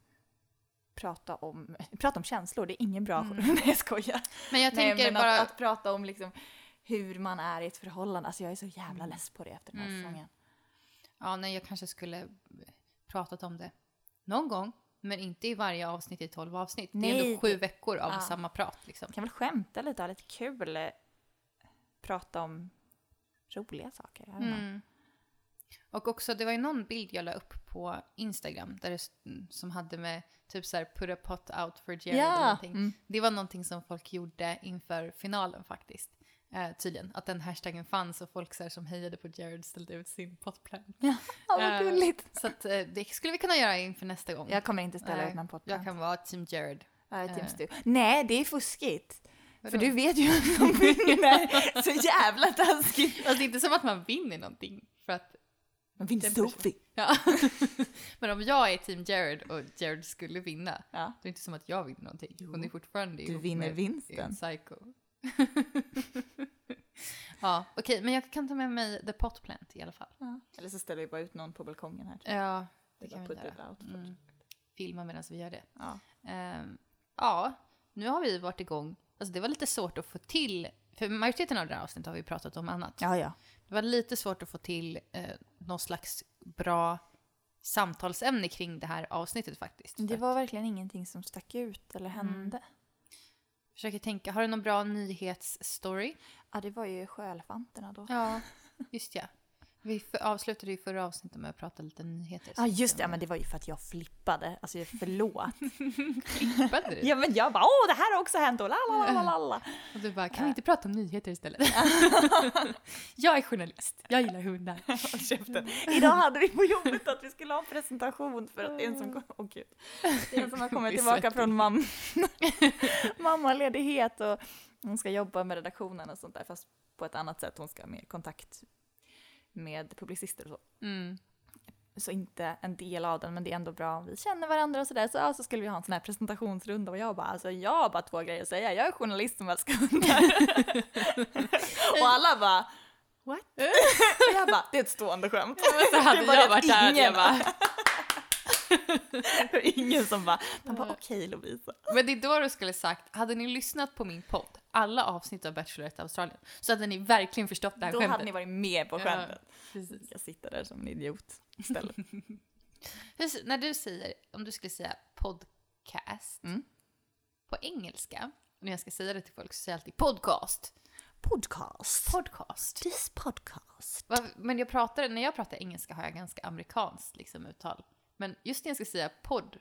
Speaker 2: prata om, prata om känslor, det är ingen bra...
Speaker 1: Mm.
Speaker 2: Nej jag skojar.
Speaker 1: Men jag
Speaker 2: Nej,
Speaker 1: tänker
Speaker 2: men
Speaker 1: bara...
Speaker 2: att, att prata om liksom hur man är i ett förhållande, alltså jag är så jävla less på det efter den här
Speaker 1: Mm.
Speaker 2: säsongen.
Speaker 1: Ja, nej, jag kanske skulle pratat om det någon gång. Men inte i varje avsnitt i tolv avsnitt. Det är
Speaker 2: Nej,
Speaker 1: ändå sju
Speaker 2: det-
Speaker 1: veckor av
Speaker 2: Ja.
Speaker 1: samma prat. Liksom.
Speaker 2: Kan väl skämta lite, ha lite kul, eh, prata om roliga saker. jag vet inte.
Speaker 1: Mm. Och också, det var ju någon bild jag la upp på Instagram där det, s- som hade med typ så här put a pot out for Jared eller
Speaker 2: Ja!
Speaker 1: någonting.
Speaker 2: Mm.
Speaker 1: Det var någonting som folk gjorde inför finalen faktiskt. Eh, tydligen, att den hashtaggen fanns och folk så här, som hejade på Jared ställde ut sin potplant.
Speaker 2: Ja, vad
Speaker 1: Eh,
Speaker 2: gulligt!
Speaker 1: Så att, eh, det skulle vi kunna göra inför nästa gång.
Speaker 2: Jag kommer inte ställa
Speaker 1: Nej,
Speaker 2: ut någon pott.
Speaker 1: Jag kan vara team Jared.
Speaker 2: Ja, ett
Speaker 1: Eh.
Speaker 2: Team Stu. Nej, det är fuskigt.
Speaker 1: Vadå?
Speaker 2: För du vet ju att de vinner. Så jävla taskigt.
Speaker 1: Alltså, det är inte som att man vinner någonting. För att,
Speaker 2: De vinner
Speaker 1: Den
Speaker 2: Sophie.
Speaker 1: ja. Men om jag är team Jared och Jared skulle vinna,
Speaker 2: Ja.
Speaker 1: Det är inte som att jag vinner någonting. Hon
Speaker 2: Jo.
Speaker 1: är fortfarande
Speaker 2: Du vinner vinsten.
Speaker 1: Psycho. ja, okej, men jag kan ta med mig The Pot Plant i alla fall.
Speaker 2: Eller så ställer vi bara ut någon på balkongen här.
Speaker 1: Ja, det,
Speaker 2: Det
Speaker 1: kan
Speaker 2: kan
Speaker 1: vi
Speaker 2: put it
Speaker 1: göra.
Speaker 2: out.
Speaker 1: Mm. Filma medan vi gör det.
Speaker 2: Ja.
Speaker 1: Ehm, ja, nu har vi varit igång. Alltså det var lite svårt att få till, för majoriteten av det här avsnittet har vi pratat om annat.
Speaker 2: ja, ja.
Speaker 1: Det var lite svårt att få till eh, någon slags bra samtalsämne kring det här avsnittet faktiskt.
Speaker 2: Det
Speaker 1: För
Speaker 2: var verkligen ingenting som stack ut eller
Speaker 1: Mm.
Speaker 2: hände.
Speaker 1: jag Försöker tänka, har du någon bra nyhetsstory?
Speaker 2: Ja, det var ju sjöelefanterna då.
Speaker 1: Ja, just ja. Vi för, avslutade ju förra avsnittet med att prata lite nyheter.
Speaker 2: Ja, ah, just det. Ja, men det var ju för att jag flippade. Alltså, jag- förlåt.
Speaker 1: Klippade du?
Speaker 2: ja, men jag bara åh, det här har också hänt och la la la la la.
Speaker 1: Och du bara, kan vi inte prata om nyheter istället? jag är journalist, jag gillar hundar.
Speaker 2: Håll käften. Idag hade vi på jobbet att vi skulle ha en presentation för att det är en som, kom, åh gud. Det är en som har kommit
Speaker 1: Vi är
Speaker 2: tillbaka
Speaker 1: svettiga.
Speaker 2: från mam- mammaledighet och hon ska jobba med redaktionen och sånt där fast på ett annat sätt. Hon ska ha mer kontakt med publicister och så.
Speaker 1: Mm.
Speaker 2: Så inte en del av den men det är ändå bra om vi känner varandra och sådär. Så, ja, så skulle vi ha en sån här presentationsrunda och jag bara alltså jag har bara två grejer att säga. Jag är journalist som älskar hundar. och alla bara What? Och jag bara, det är ett stående skämt.
Speaker 1: Så hade
Speaker 2: Det var
Speaker 1: jag
Speaker 2: det
Speaker 1: varit där hade jag
Speaker 2: ingen.
Speaker 1: bara,
Speaker 2: Och ingen som bara, man bara okej Lovisa.
Speaker 1: Men det är då du skulle sagt, hade ni lyssnat på min podd, alla avsnitt av Bachelorette Australien, så hade ni verkligen förstått det här
Speaker 2: Då
Speaker 1: skämtet.
Speaker 2: hade ni varit med på
Speaker 1: Ja.
Speaker 2: skämtet.
Speaker 1: Precis.
Speaker 2: Jag sitter där som en idiot istället.
Speaker 1: Hur, när du säger, om du skulle säga podcast
Speaker 2: Mm.
Speaker 1: på engelska, när jag ska säga det till folk så säger jag alltid podcast.
Speaker 2: Podcast.
Speaker 1: Podcast.
Speaker 2: This podcast.
Speaker 1: Va- Men jag pratar, när jag pratar engelska har jag ganska amerikanskt liksom, uttal. Men just när jag ska säga podd,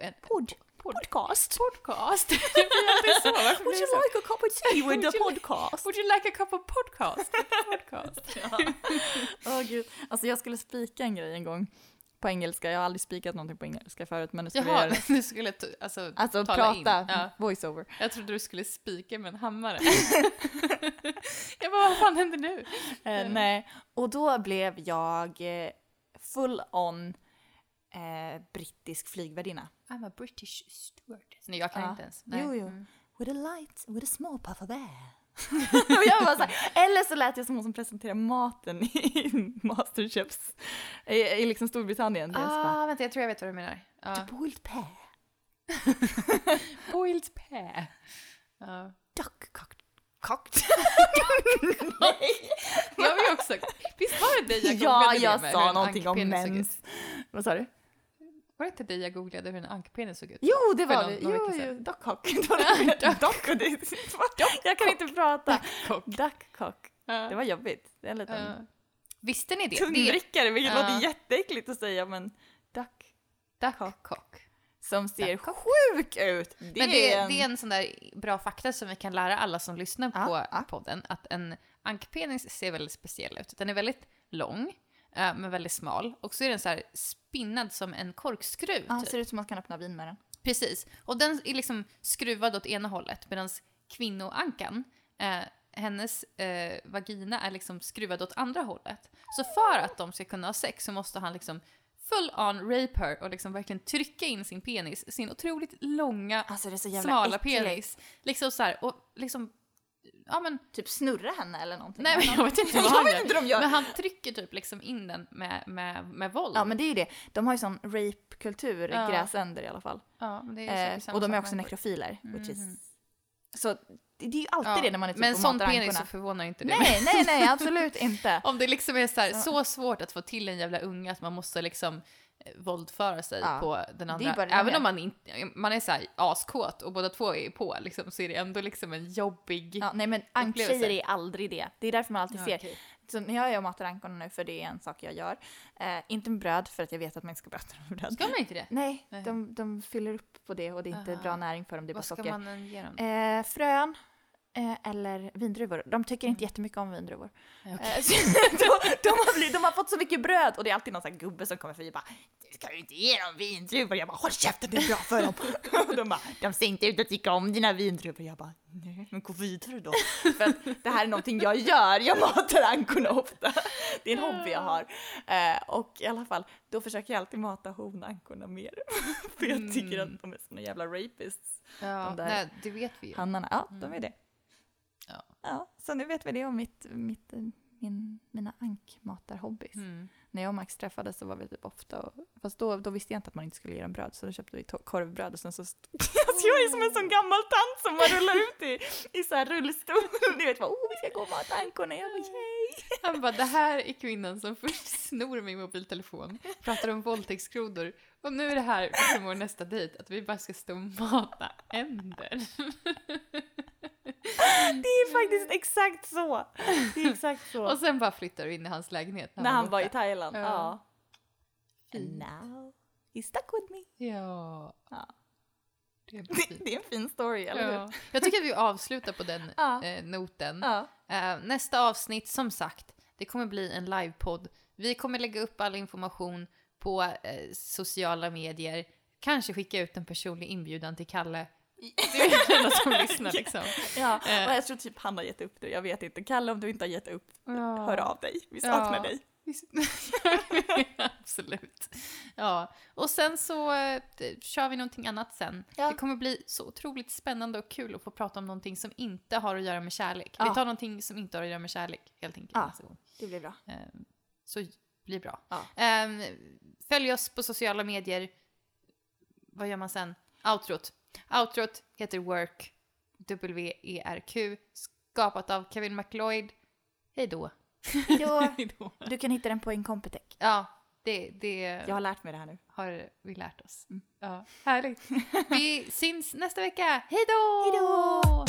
Speaker 1: en,
Speaker 2: Pod. Podcast.
Speaker 1: podcast. Det blir alltid så, varför blir det så?
Speaker 2: like a cup of tea
Speaker 1: with the
Speaker 2: podcast?
Speaker 1: Would you like a cup of podcast? podcast.
Speaker 2: Åh gud. Alltså jag skulle spika en grej en gång på engelska. Jag har aldrig spikat någonting på engelska förut men nu skulle jag
Speaker 1: Jaha,
Speaker 2: göra det.
Speaker 1: du skulle t- alltså,
Speaker 2: Alltså
Speaker 1: tala
Speaker 2: prata,
Speaker 1: in. Ja.
Speaker 2: voiceover.
Speaker 1: Jag trodde du skulle spika med en hammare. jag bara, vad fan händer nu?
Speaker 2: Eh, nej. Och då blev jag eh, full on eh, brittisk flygvärdinna.
Speaker 1: I'm a British stewardess. Nej, jag kan
Speaker 2: Ja.
Speaker 1: inte ens. Nej.
Speaker 2: Jo, jo.
Speaker 1: Mm.
Speaker 2: With a light, with a small puff of air. och jag bara så här, eller så lät jag som hon som presenterar maten i Masterchefs i, i liksom Storbritannien. Jag så bara,
Speaker 1: Ah, vänta, jag tror jag vet vad du menar. Ja.
Speaker 2: The boiled pear,
Speaker 1: Boiled pear. Ja.
Speaker 2: duck cocked. Cocked?
Speaker 1: Jag vill också... Visst var det dig jag
Speaker 2: ja,
Speaker 1: googlade det
Speaker 2: jag
Speaker 1: med,
Speaker 2: sa
Speaker 1: hur en
Speaker 2: någonting om
Speaker 1: ankpenis såg ut?
Speaker 2: mens. Vad sa du?
Speaker 1: Var det inte dig jag googlade hur en ankpenis såg ut?
Speaker 2: Jo, det
Speaker 1: För
Speaker 2: var
Speaker 1: någon-
Speaker 2: det.
Speaker 1: några
Speaker 2: Jo,
Speaker 1: veckor sedan.
Speaker 2: jo, duck cock. Det var det. Duck och det. Jag kan inte prata.
Speaker 1: Cock.
Speaker 2: Duck cock.
Speaker 1: Ja.
Speaker 2: Det var jobbigt. Det är en liten
Speaker 1: Ja. Visste ni det? det är
Speaker 2: tungvrickare, vilket
Speaker 1: Ja.
Speaker 2: låter jätteäckligt att säga, men duck
Speaker 1: duckcock.
Speaker 2: som ser sjuk ut. Det,
Speaker 1: Men det är,
Speaker 2: en...
Speaker 1: det är en sån där bra fakta som vi kan lära alla som lyssnar
Speaker 2: Ja,
Speaker 1: på
Speaker 2: ja.
Speaker 1: podden. Att en ankpenis ser väldigt speciell ut. Den är väldigt lång, eh, men väldigt smal. Och så är den så här spinnad som en korkskruv.
Speaker 2: Ja,
Speaker 1: typ.
Speaker 2: ser ut som att man kan öppna vin med den.
Speaker 1: Precis. Och den är liksom skruvad åt ena hållet medan kvinnoankan, eh, hennes eh, vagina är liksom skruvad åt andra hållet. Så för att de ska kunna ha sex så måste han liksom full on rape her och liksom verkligen trycka in sin penis, sin otroligt långa
Speaker 2: Alltså det är så jävla
Speaker 1: smala
Speaker 2: äckligt.
Speaker 1: penis. Liksom så här, och liksom, ja men,
Speaker 2: Typ snurra henne eller någonting.
Speaker 1: nej men jag vet inte vad
Speaker 2: jag
Speaker 1: han
Speaker 2: vet
Speaker 1: gör.
Speaker 2: inte hur de gör.
Speaker 1: Men han trycker typ liksom in den med, med, med våld.
Speaker 2: Ja men det är ju det. De har ju sån rape-kultur,
Speaker 1: Ja.
Speaker 2: gräsänder i alla fall.
Speaker 1: Ja, men det är säkert
Speaker 2: Eh,
Speaker 1: samma
Speaker 2: och de är
Speaker 1: sak
Speaker 2: också
Speaker 1: med-
Speaker 2: nekrofiler. Which is...
Speaker 1: Mhm.
Speaker 2: Så det, det är ju alltid det när man är typ
Speaker 1: Men
Speaker 2: och
Speaker 1: sån
Speaker 2: matar
Speaker 1: penis så
Speaker 2: ankorna.
Speaker 1: förvånar inte det
Speaker 2: Nej, nej, nej, absolut inte.
Speaker 1: Om det liksom är så, här,
Speaker 2: Ja.
Speaker 1: så svårt att få till en jävla unge att man måste liksom eh, våldföra sig
Speaker 2: Ja.
Speaker 1: på den
Speaker 2: är
Speaker 1: andra.
Speaker 2: bara det
Speaker 1: Även
Speaker 2: här.
Speaker 1: om man, inte, man är så här askåt och båda två är på liksom, så är det ändå liksom en jobbig...
Speaker 2: Ja, nej men
Speaker 1: Upplevelse.
Speaker 2: anktjejer är aldrig det. Det är därför man alltid
Speaker 1: Ja,
Speaker 2: ser.
Speaker 1: okej.
Speaker 2: Så när jag är och matar ankorna nu, för det är en sak jag gör. Eh, inte med bröd, för att jag vet att man inte ska äta dem med bröd.
Speaker 1: Ska man inte det?
Speaker 2: Nej,
Speaker 1: Nej.
Speaker 2: De, de fyller upp på det och det är inte
Speaker 1: Aha.
Speaker 2: bra näring för dem, det är bara
Speaker 1: Vad ska
Speaker 2: socker.
Speaker 1: man än ge dem?
Speaker 2: Eh, frön eh, eller vindruvor. De tycker inte jättemycket om vindruvor.
Speaker 1: Ja,
Speaker 2: Eh, så de, de, har blivit, de har fått så mycket bröd och det är alltid någon sån här gubbe som kommer förbi och bara du ska ju inte ge dem vindruvor. Jag bara håll käften det är bra för dem. Och de bara de ser inte ut att tycka om dina vindruvor. Jag bara nej men gå vidare då. För att det här är någonting jag gör. Jag matar ankorna ofta. Det är en hobby jag har. Eh, och i alla fall då försöker jag alltid mata honankorna mer. För jag tycker
Speaker 1: Mm.
Speaker 2: att de är såna jävla rapists.
Speaker 1: Ja,
Speaker 2: de där-
Speaker 1: nej, det vet vi ju.
Speaker 2: Hannarna, ja de
Speaker 1: Mm.
Speaker 2: är det.
Speaker 1: Ja.
Speaker 2: så nu vet vi det om mitt, mitt, eh, min, mina ankmatarhobbys.
Speaker 1: Mm.
Speaker 2: När jag och Max träffades så var vi typ ofta och, fast då, då visste jag inte att man inte skulle ge dem bröd så då köpte vi to- korvbröd och sen så... st- alltså jag är som
Speaker 1: Mm.
Speaker 2: en sån gammal tant som man rullar ut i, i så här rullstol. Ni vet bara oh vi ska gå och mata ankorna. Jag bara yay!
Speaker 1: Han bara, det här är kvinnan som först snor min mobiltelefon, pratar om våldtäktskrodor och nu är det här som vår nästa dejt, att vi bara ska stå och mata änder.
Speaker 2: Det är faktiskt exakt så. Det är exakt så.
Speaker 1: Mm. Och sen bara flyttar du in i hans lägenhet.
Speaker 2: när han
Speaker 1: borta.
Speaker 2: var i Thailand.
Speaker 1: Ja.
Speaker 2: Ja. And
Speaker 1: Fint.
Speaker 2: now he's stuck with me.
Speaker 1: Ja.
Speaker 2: Ja.
Speaker 1: Det är
Speaker 2: Det,
Speaker 1: fint.
Speaker 2: det är en fin story, eller hur?
Speaker 1: Ja. Jag tycker att vi avslutar på den
Speaker 2: Ja.
Speaker 1: eh, noten.
Speaker 2: Ja.
Speaker 1: Eh, nästa avsnitt, som sagt, det kommer bli en livepodd. Vi kommer lägga upp all information på eh, sociala medier. Kanske skicka ut en personlig inbjudan till Kalle. Det är den enda som lyssnar liksom.
Speaker 2: Ja, och jag tror typ han har gett upp nu. Jag vet inte. Kalle, om du inte har gett upp, hör av dig. Vi saknar
Speaker 1: Ja.
Speaker 2: dig.
Speaker 1: Absolut. Ja, och sen så eh, det- kör vi någonting annat sen.
Speaker 2: Ja.
Speaker 1: Det kommer bli så otroligt spännande och kul att få prata om någonting som inte har att göra med kärlek. Vi
Speaker 2: Ja.
Speaker 1: tar någonting som inte har att göra med kärlek helt enkelt
Speaker 2: Ja.
Speaker 1: nästa gång.
Speaker 2: Det blir bra.
Speaker 1: Ehm, Så blir bra.
Speaker 2: Ja.
Speaker 1: Ehm, Följ oss på sociala medier. Vad gör man sen? Outrot. Outrot heter Work. W-E-R-Q. Skapat av Kevin McLeod. Hej då.
Speaker 2: Då,
Speaker 1: Hej då.
Speaker 2: du kan hitta den på Incompetech.
Speaker 1: Ja, det, det
Speaker 2: Jag har lärt mig det här nu.
Speaker 1: har Mm. vi lärt oss. Ja, härligt. Vi syns nästa vecka. Hej då!
Speaker 2: Hej då!